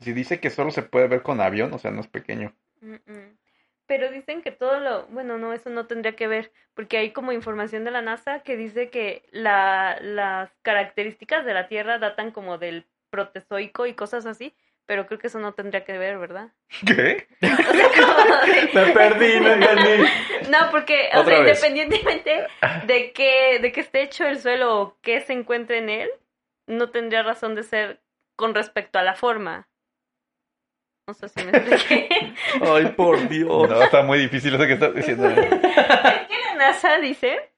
sí dice que solo se puede ver con avión, o sea, no es pequeño. (laughs)
Mm-mm. Pero dicen que todo lo, bueno, no, eso no tendría que ver, porque hay como información de la NASA que dice que la, las características de la Tierra datan como del protezoico y cosas así, pero creo que eso no tendría que ver, ¿verdad? (laughs)
¿Qué?
O sea, como de-
Me perdí, no entendí.
No, porque o
Otra
sea,
vez. (laughs)
independientemente de que, de que esté hecho el suelo o que se encuentre en él, no tendría razón de ser con respecto a la forma. No sé si me expliqué.
(laughs) Ay, por
(laughs)
Dios.
No, está muy difícil eso que estás diciendo.
¿Qué la NASA dice?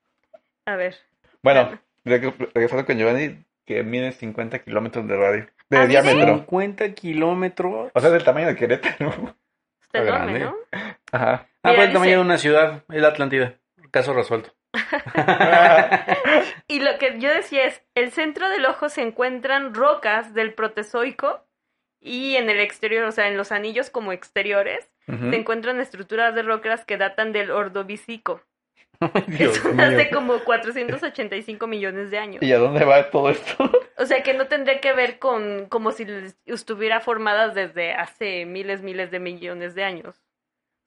A ver.
Bueno, reg- regresando con Giovanni, que mide 50 kilómetros de radio, de
¿Ah, sí?
diámetro.
50 kilómetros.
O sea, del tamaño de Querétaro. (laughs)
Está
Está
enorme,
grande.
¿no?
(laughs) Ajá.
Ah,
Mira,
pues el tamaño
dice-
de una ciudad, es la Atlántida. Caso resuelto.
Y lo que yo decía es, el centro del ojo se encuentran rocas del protezoico y en el exterior, o sea, en los anillos como exteriores,
Ujú.
se encuentran estructuras de rocas que datan del ordovicico.
(laughs) Ay,
(laughs)
Dios
Eso
mío.
hace como 485 millones de años.
¿Y a dónde va todo esto?
O sea que no tendría que ver con como si les- estuviera formadas desde hace miles, miles de millones de años.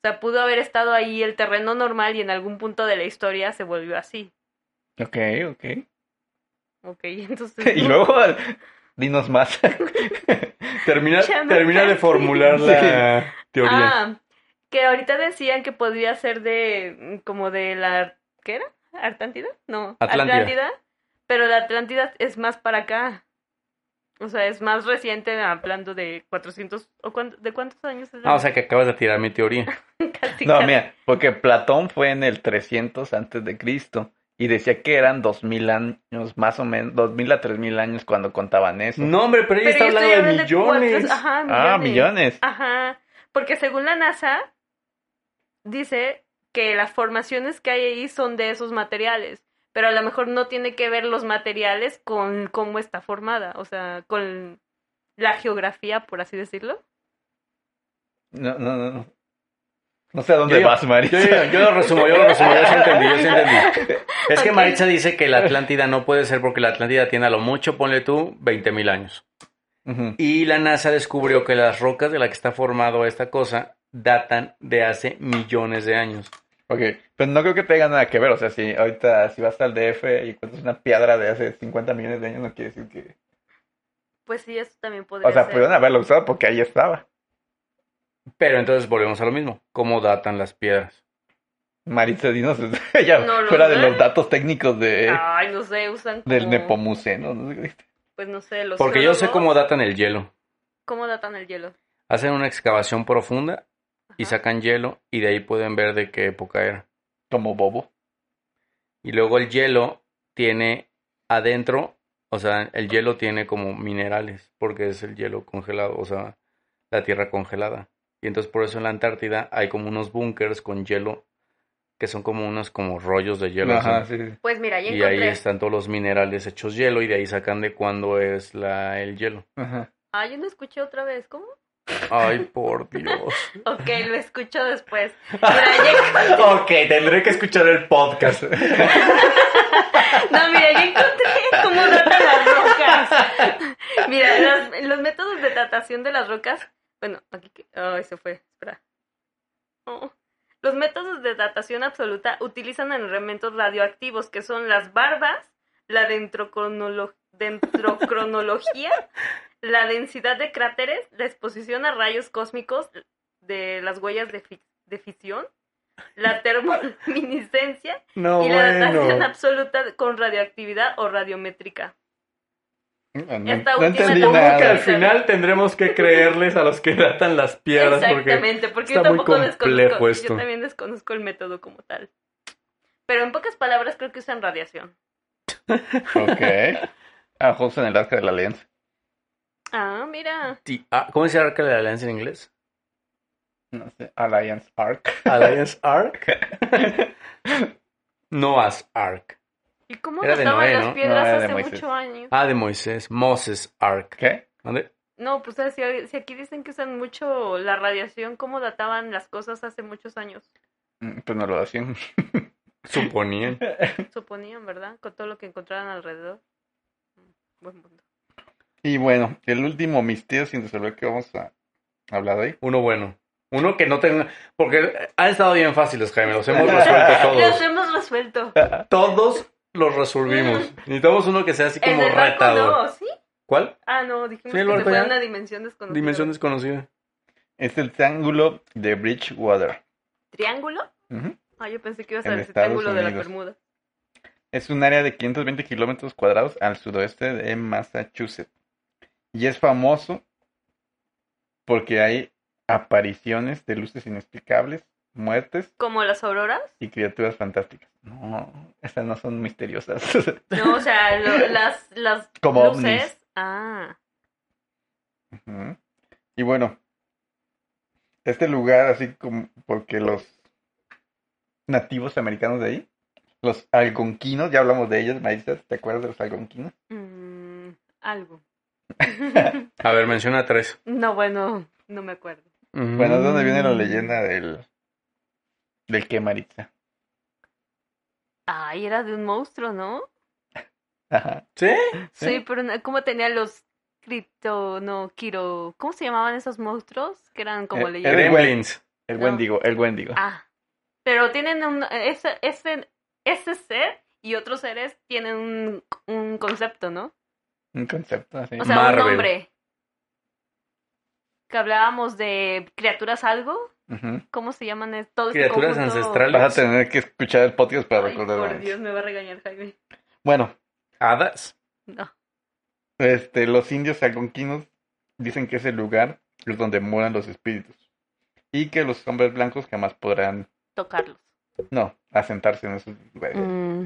O sea, pudo haber estado ahí el terreno normal y en algún punto de la historia se volvió así.
Ok, ok.
Ok, (laughs)
(laughs)
entonces...
Y luego, dinos más.
Termina,
Ya me
termina de
cansé.
formular la teoría.
Ah, que ahorita decían que podría ser de, mm, como de la, ¿qué era? ¿Artántida? No,
Atlántida.
pero la Atlántida es más para acá. O sea, es más reciente, hablando de 400, ¿o cuánto- ¿de cuántos años es? (laughs)
Ah, o sea que acabas de tirar mi teoría.
Casi,
No,
casi.
mira, porque Platón fue en el 300 antes de Cristo y decía que eran 2000 años, más o menos, 2000 a 3000 años cuando contaban eso.
No, hombre, pero ella
Pero
está
yo
hablando
estoy
de
hablando
millones.
cuatro- ajá,
Ah, millones.
Ajá, porque según la NASA, dice que las formaciones que hay ahí son de esos materiales, pero a lo mejor no tiene que ver los materiales con cómo está formada, o sea, con la geografía, por así decirlo.
No, no, no. No, No sé a dónde
Yo-
vas,
Yo,
Maritza.
yo- yo lo resumo, yo lo resumo, yo sí entendí, yo sí entendí. Es que
Ok.
Maritza dice que la Atlántida no puede ser porque la Atlántida tiene a lo mucho, ponle tú, 20.000 años.
(laughs) Ujú.
Y la NASA descubrió que las rocas de las que está formado esta cosa datan de hace millones de años.
Ok, pero no creo que tenga nada que ver. O sea, si ahorita, si vas al DF y encuentras una piedra de hace 50 millones de años, no quiere decir que.
Pues sí, eso también podría
O sea,
ser.
pudieron haberlo usado porque ahí estaba.
Pero entonces volvemos a lo mismo, ¿cómo datan las piedras?
Maritza, dinos, (laughs) ya
No lo
fuera de
sé.
los datos técnicos de,
Ay, no sé, usan como,
del Nepomuceno. ¿no?
pues no sé, los
Porque yo sé
geólogos,
cómo datan el hielo.
cómo datan el hielo.
Hacen una excavación profunda y
Ajá.
sacan hielo y de ahí pueden ver de qué época era.
Como bobo.
Y luego el hielo tiene adentro, o sea, el hielo tiene como minerales, porque es el hielo congelado, o sea, la tierra congelada. Y entonces por eso en la Antártida hay como unos búnkers con hielo, que son como unos como rollos de hielo.
Ajá,
así.
sí, sí.
Pues mira, ya
Y ahí
encontré.
están todos los minerales hechos hielo y de ahí sacan de cuándo es la, el hielo.
Ajá.
Ay, Ah, yo no escuché otra vez, (laughs) ¿cómo?
Ay,
(laughs)
por Dios.
Ok, lo escucho después. Mira, ya encon-
ok, tendré que escuchar el podcast. (laughs)
No, mira, ya encontré cómo datan las rocas. Mira, las- los métodos de datación de las rocas. Bueno, aquí. que- Ay, se fue. Espera. Oh. Los métodos de datación absoluta utilizan elementos radioactivos que son las barbas, la dendrocronolo- dendrocronología, la densidad de cráteres, la exposición a rayos cósmicos de las huellas de, fi- de fisión, la termoluminiscencia
No,
y la datación
Ah, bueno.
absoluta con radioactividad o radiométrica.
No,
Esta
no
última
entendí
tampoco
Supongo que
nada.
al final tendremos que creerles a los que datan las piedras porque
Exactamente, porque
está
yo
muy
tampoco desconozco.
complejo esto.
Yo también desconozco el método como tal. Pero en pocas palabras creo que usan radiación.
(laughs) Ok. Ah, justo en el arca de la alianza.
Ah, mira.
Ti- ah, ¿Cómo dice Arca de la Alianza en inglés?
No sé, Alliance Arc.
Alliance
(laughs)
Ark. Noah's Ark.
¿Y cómo
Era de Ah.
databan
Noé,
las
¿no?
piedras
No, era de
hace
Moisés.
muchos años?
Ah, de Moisés. Moses Ark.
¿Qué?
¿Dónde?
No, pues si, si aquí dicen que usan mucho la radiación, ¿cómo databan las cosas hace muchos años?
(laughs)
Mm, Pues no lo hacían.
Suponían.
Suponían, ¿verdad? Con todo lo que encontraran alrededor. Mm, Buen mundo.
Y bueno, el último misterio sin resolver que vamos a hablar hoy.
Uno bueno. Uno que no tenga. Porque han estado bien fáciles, Jaime. Los hemos
(laughs)
resuelto
Los
todos.
hemos resuelto.
Todos los resolvimos. Necesitamos uno que sea así
El
como
del barco
retador.
no, ¿sí?
¿Cuál?
Ah, no, dijimos
Sí, el
que se
barco
fue
ya.
a una dimensión desconocida.
Dimensión desconocida.
Es el triángulo de Bridgewater.
¿Triángulo?
Ujú.
Ah, yo pensé que ibas a
En
decir
Estados
triángulo de la
Unidos.
Bermuda.
Es un área de 520 kilómetros cuadrados al sudoeste de Massachusetts. Y es famoso porque hay apariciones de luces inexplicables, muertes
¿Como las auroras?
y criaturas fantásticas. No, estas no son misteriosas. (laughs)
No, o sea, lo- las, las
Como
luces.
ovnis.
Ah,
Ujú. Y bueno, este lugar, así como porque los nativos americanos de ahí, los algonquinos, ya hablamos de ellos, Marisa, ¿te acuerdas de los algonquinos?
mm,
(laughs)
algo.
A ver, menciona tres.
no, bueno, no me acuerdo.
Bueno, es donde viene la leyenda del, del que Maritza.
Ay, era de un monstruo, ¿no?
Ajá.
¿Sí?
Sí, pero no- ¿cómo tenía los cripto, no, Kiro? ¿Cómo se llamaban esos monstruos? Que eran como
Eh,
leyendas.
era-
Gremlins.
El
No.
Wendigo, el Wendigo.
Ah, pero tienen un, ese, ese, ese ser y otros seres tienen un, un concepto, ¿no?
Un concepto así.
O sea,
Marvel.
un nombre. Que hablábamos de criaturas algo.
Ujú.
¿Cómo se llaman? es- Todo este
Criaturas
conjunto?
ancestrales.
Vas a tener que escuchar el podcast para
Ay,
recordar.
por Dios, me va a regañar Jaime.
Bueno,
Hadas.
No.
Este, los indios algonquinos dicen que ese lugar es donde moran los espíritus y que los hombres blancos jamás podrán,
Tocarlos.
no, asentarse en esos
Eh.
lugares.
Mm.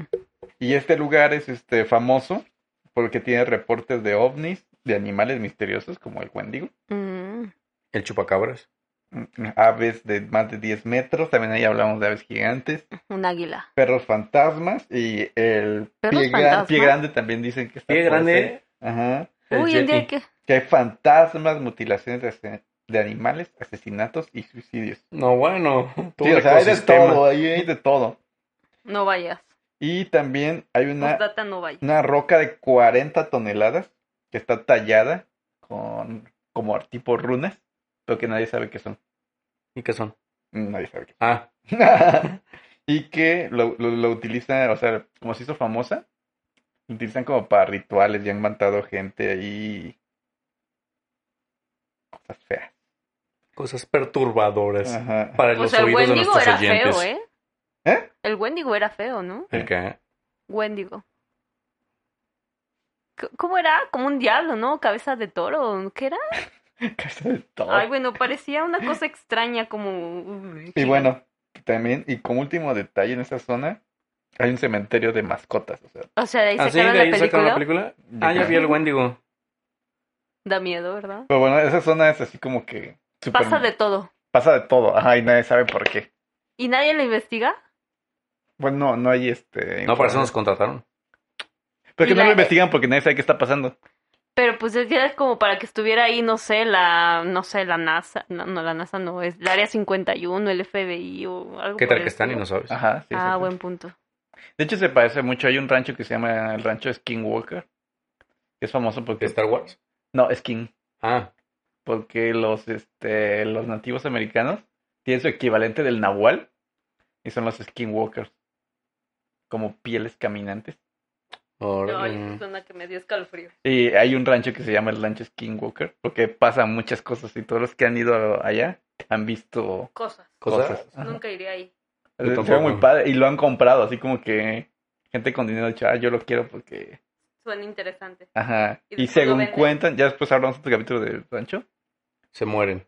Y este lugar es este famoso porque tiene reportes de ovnis, de animales misteriosos como el Wendigo,
mm,
El chupacabras.
mm, aves de más de 10 metros, también ahí hablamos de aves gigantes,
un águila.
perros fantasmas y el
¿Perros
pie, gran-
fantasma?
pie grande también dicen que está
Qué
por
grande. ¿eh?
ser. Ajá.
El
Uy, un día
Yeti.
que.
que hay fantasmas, mutilaciones de, ase- de animales, asesinatos y suicidios.
No, bueno. (laughs) Todo
Sí, o sea, hay de
ecosistema.
todo, ¿eh? ahí hay de todo.
No vayas.
Y también hay una,
Postdata, no vayas.
una roca de 40 toneladas que está tallada con como tipo runas, pero que nadie sabe qué son.
¿Y qué son?
Nadie sabe qué
Ah,
son. (laughs) y que lo, lo, lo utilizan, o sea, como se hizo famosa, lo utilizan como para rituales y han matado gente ahí. Cosas feas.
cosas perturbadoras.
Ajá. (laughs)
Para
O
los
sea, el
oídos de
Wendigo
nuestros
era
oyentes.
feo, ¿eh?
¿Eh?
El Wendigo era feo, ¿no?
¿El qué?
Wendigo. C- ¿Cómo era? Como un diablo, ¿no? Cabeza de toro. ¿Qué era?
Casa de
Oh.
todo.
Ay, bueno, parecía una cosa extraña como... uy,
Y bueno, también, y como último detalle en esa zona, hay un cementerio de mascotas. O sea,
O sea, de ahí
¿Ah, sí? ¿De
sacaron
ahí
la
sacaron la
película.
película?
Yo
Ah, ya
creo.
vi el Wendigo.
Da miedo, ¿verdad?
pero bueno, esa zona es así como que super-
Pasa de todo.
pasa de todo. Ajá, y nadie sabe por qué.
¿Y nadie lo investiga?
Bueno, no, no hay este.
No, para eso nos
información.
contrataron.
Y
Pero que no
la-
lo investigan porque nadie sabe qué está pasando.
Pero pues es que era como para que estuviera ahí, no sé, la, no sé, la NASA, no, no, la NASA no, es el Área 51, el FBI o algo
¿Qué
por
tal
el
que están y
estilo.
no sabes?
Ajá, sí.
Ah,
exacto.
buen punto.
De hecho, se parece mucho. Hay un rancho que se llama el rancho Skinwalker. Que es famoso porque.
¿De Star Wars?
No, Skin.
Ah,
porque los, este, los nativos americanos tienen su equivalente del nahual y son los skinwalkers, como pieles caminantes.
No,
órale.
es una que me dio escalofrío.
Y hay un rancho que se llama el rancho Skinwalker, porque pasan muchas cosas y todos los que han ido allá han visto
Cosas.
¿Cosas?
cosas. Ajá.
Nunca iré ahí.
Se ve
tampoco.
muy padre y lo han comprado, así como que gente con dinero ha dicho, "Ah, yo lo quiero porque...
Suena interesante.
Ajá.
Y
Y,
después lo
según
venden.
cuentan, ya después hablamos otro capítulo del rancho.
Se mueren.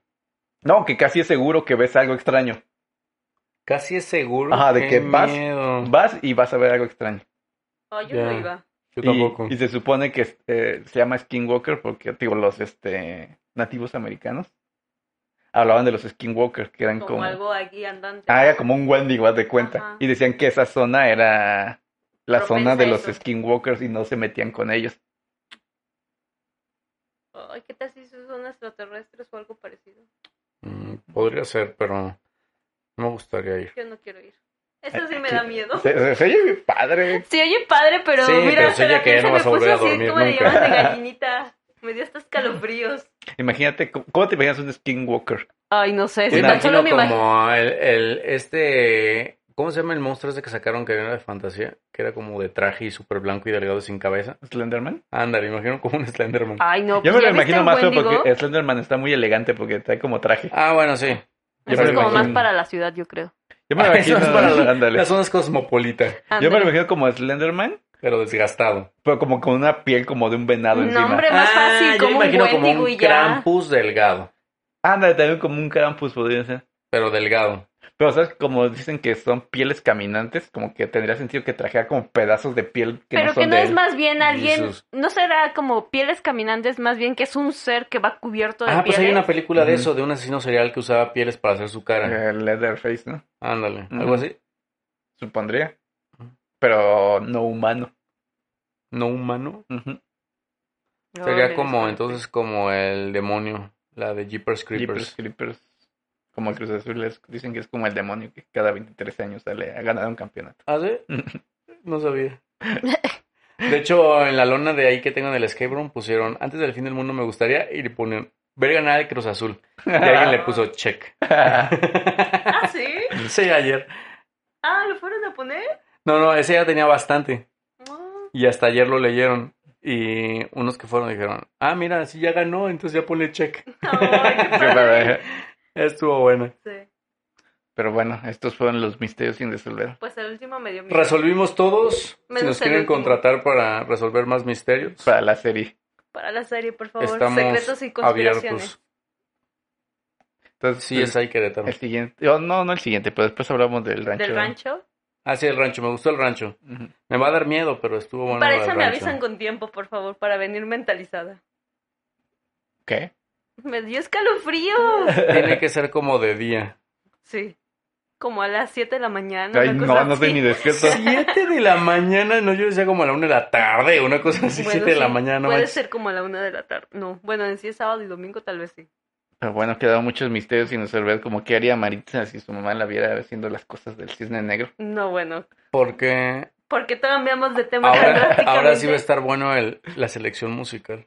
No, que casi es seguro que ves algo extraño.
Casi es seguro.
Ajá, de
Qué
que vas-
miedo.
Vas y vas a ver algo extraño.
Oh, yo
Ya.
no iba.
Yo
Y-
tampoco.
Y, se supone que eh, se llama Skinwalker porque, digo, los este, nativos americanos hablaban de los Skinwalkers, que eran
Como,
como...
algo aquí andante.
Ah, era como un Wendigo, haz de cuenta.
Ajá.
Y decían que esa zona era la
Propensa
zona de
a
los
eso. (laughs)
Skinwalkers y no se metían con ellos.
Ay, ¿qué tal si son extraterrestres o algo parecido?
Mm, podría ser, pero no me gustaría ir.
Yo no quiero ir. Eso sí me da miedo. (laughs)
Se, se- se oye padre.
Sí, oye, padre, pero
Sí,
mira,
pero se oye
la
que
piel
no
se
vas a
me
volver
puso
a
así
dormir
como de
nunca.
llamas de gallinita. Me dio hasta escalofríos.
Imagínate, ¿cómo- ¿cómo te imaginas un skinwalker?
Ay, no sé,
Me
si tan solo
imagino
me imagino.
como el, el- este, ¿cómo se llama el monstruo ese que sacaron que era de fantasía? Que era como de traje y súper blanco y delgado y sin cabeza.
¿Slenderman?
Ándale, imagino como un Slenderman.
Ay, no,
Yo
pues,
me lo
¿ya viste
imagino
un
más feo
Wendigo?
porque Slenderman está muy elegante porque trae como traje.
Ah, bueno, sí.
yo
Eso es
me lo
como más
imagino.
para la ciudad, yo creo.
Yo me lo
Ah, Eso
imagino,
es para la-
ándale.
las zonas cosmopolitas,
Yo me lo
Ándale.
imagino como Slenderman,
pero desgastado.
pero como con una piel como de un venado
No,
encima.
hombre. Pero más fácil,
yo
como un
imagino como
Wendigo
un
y ya.
Krampus delgado,
Ándale, también como un carampus podría ser.
pero delgado.
Pero, ¿sabes? Como dicen que son pieles caminantes, como que tendría sentido que trajera como pedazos de piel que
Pero
no son
que no
de
es
él.
más bien alguien,
Jesús.
no será como pieles caminantes, más bien que es un ser que va cubierto de
Ah, pues hay
pieles?
una película de
Ujú.
eso, de un asesino serial que usaba pieles para hacer su cara.
Eh, Leatherface, ¿no?
Ándale,
Ujú.
algo así.
Supondría.
Ujú.
Pero no humano.
No humano.
Ujú.
No,
Sería
me
como,
desconecté.
entonces, como el demonio, la de Jeepers
Jeepers
Creepers.
Creepers. Como Cruz Azul, es- dicen que es como el demonio que cada 23 años sale a ganar un
(laughs)
campeonato.
¿Ah, sí?
(laughs)
No sabía. De hecho, en la lona de ahí que tengo en el escape room pusieron, antes del fin del mundo me gustaría, y le ponen, ver ganar el Cruz Azul. Y alguien le puso check.
Ah, ¿sí?
(laughs) sí, ayer.
Ah, ¿lo fueron a poner?
No, no, ese ya tenía bastante.
Ah.
Y hasta ayer lo leyeron. Y unos que fueron dijeron, ah, mira, si ya ganó, entonces ya ponle check.
Ay,
(laughs)
qué
Qué
padre.
padre.
Estuvo buena.
Sí.
eh, Pero bueno, estos fueron los misterios sin resolver.
Pues el último me dio miedo.
Resolvimos todos.
Me
si nos
gusta el
quieren
último.
contratar para resolver más misterios,
Para la serie.
Para la serie, por favor.
estamos
Secretos y conspiraciones.
abiertos.
Entonces, pues,
Sí, es ahí Querétaro.
el siguiente. oh, no, no el siguiente, pero después hablamos del rancho.
Del rancho.
Ah, sí, el rancho. Me gustó el rancho.
Ujú.
Me va a dar miedo, pero estuvo bueno.
para
lo
eso
del
me
rancho.
avisan con tiempo, por favor, para venir mentalizada.
¿Qué?
Me dio
(laughs)
escalofrío.
(laughs)
Tiene que ser como de día.
Sí. Como a las 7 de la mañana.
Ay,
una
no,
cosa
no estoy
así.
ni despierto.
Siete de la mañana, no, yo decía como a la una de la tarde, una cosa así,
Bueno,
siete de la
sí,
mañana. no
Puede
manches.
ser como a la una de la tarde. No, bueno, en sí es sábado y domingo tal vez sí.
Pero bueno, quedaron muchos misterios sin resolver, como qué haría Maritza si su mamá la viera haciendo las cosas del cisne negro.
No, bueno.
Porque
Porque cambiamos de tema tan
Ahora,
drásticamente.
ahora sí va a estar bueno el, la selección musical.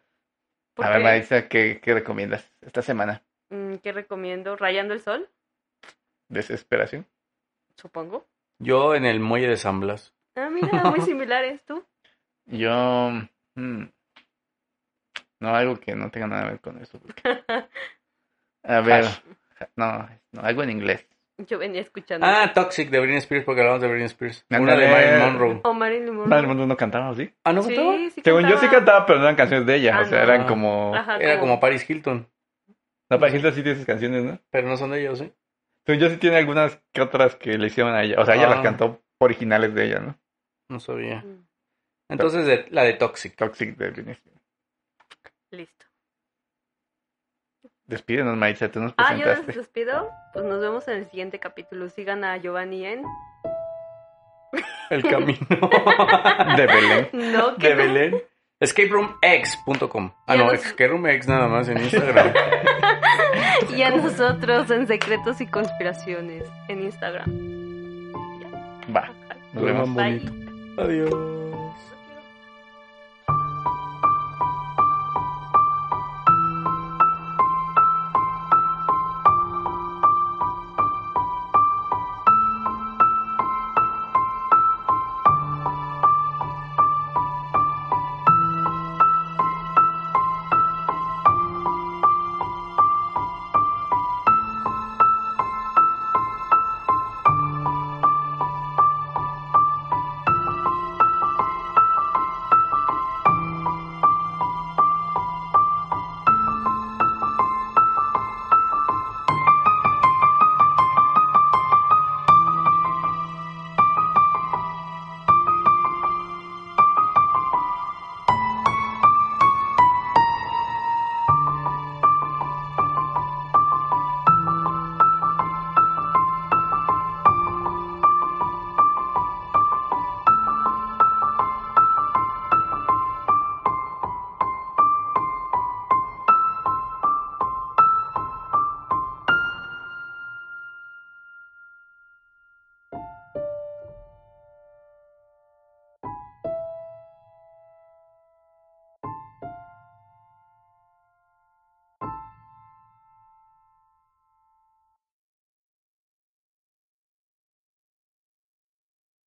¿Por
A ver,
qué?
Maritza, ¿qué, qué recomiendas esta semana?
Mm, ¿Qué recomiendo? ¿Rayando el sol?
¿Desesperación?
Supongo.
Yo en el muelle de San Blas.
Ah,
(laughs)
mira, muy similares tú.
Yo... mm, no, algo que no tenga nada que ver con eso. (laughs) A ver...
Hash.
No, no, algo en inglés.
Yo venía escuchando.
Ah, Toxic de Britney Spears, porque hablamos de Britney Spears. Una
Ándale.
de Marilyn Monroe.
O Marilyn Monroe.
No, el mundo no cantaba, ¿sí?
Ah, ¿no
Sí,
cantaba?
sí
Según yo sí
cantaba.
cantaba, pero no eran canciones de ella.
Ah,
o sea,
no.
eran como...
Ajá,
Era como Paris Hilton,
No, para Hitler sí tiene esas canciones, ¿no?
pero no son de ellos, ¿eh?
Según yo sí tiene algunas que otras que le hicieron a ella. O sea, ella las
Ah.
cantó originales de ella, ¿no?
No sabía.
Mm,
Entonces, de- la de Toxic.
Toxic de Britney Spears.
Listo.
Despídenos, Maritza, tú nos
Ah, yo les
presentaste.
despido. Pues nos vemos en el siguiente capítulo. Sigan a Giovanni en.
El camino
De Belén.
No,
(laughs)
que
de
no.
Belén. Escaperoomx.com. Ah,
Ya
no,
nos-
escaperoomx nada más en Instagram.
Y a nosotros en Secretos y Conspiraciones en Instagram.
Va. Nos
Lo
(laughs) vemos.
más
Bye.
bonito. (laughs) Adiós.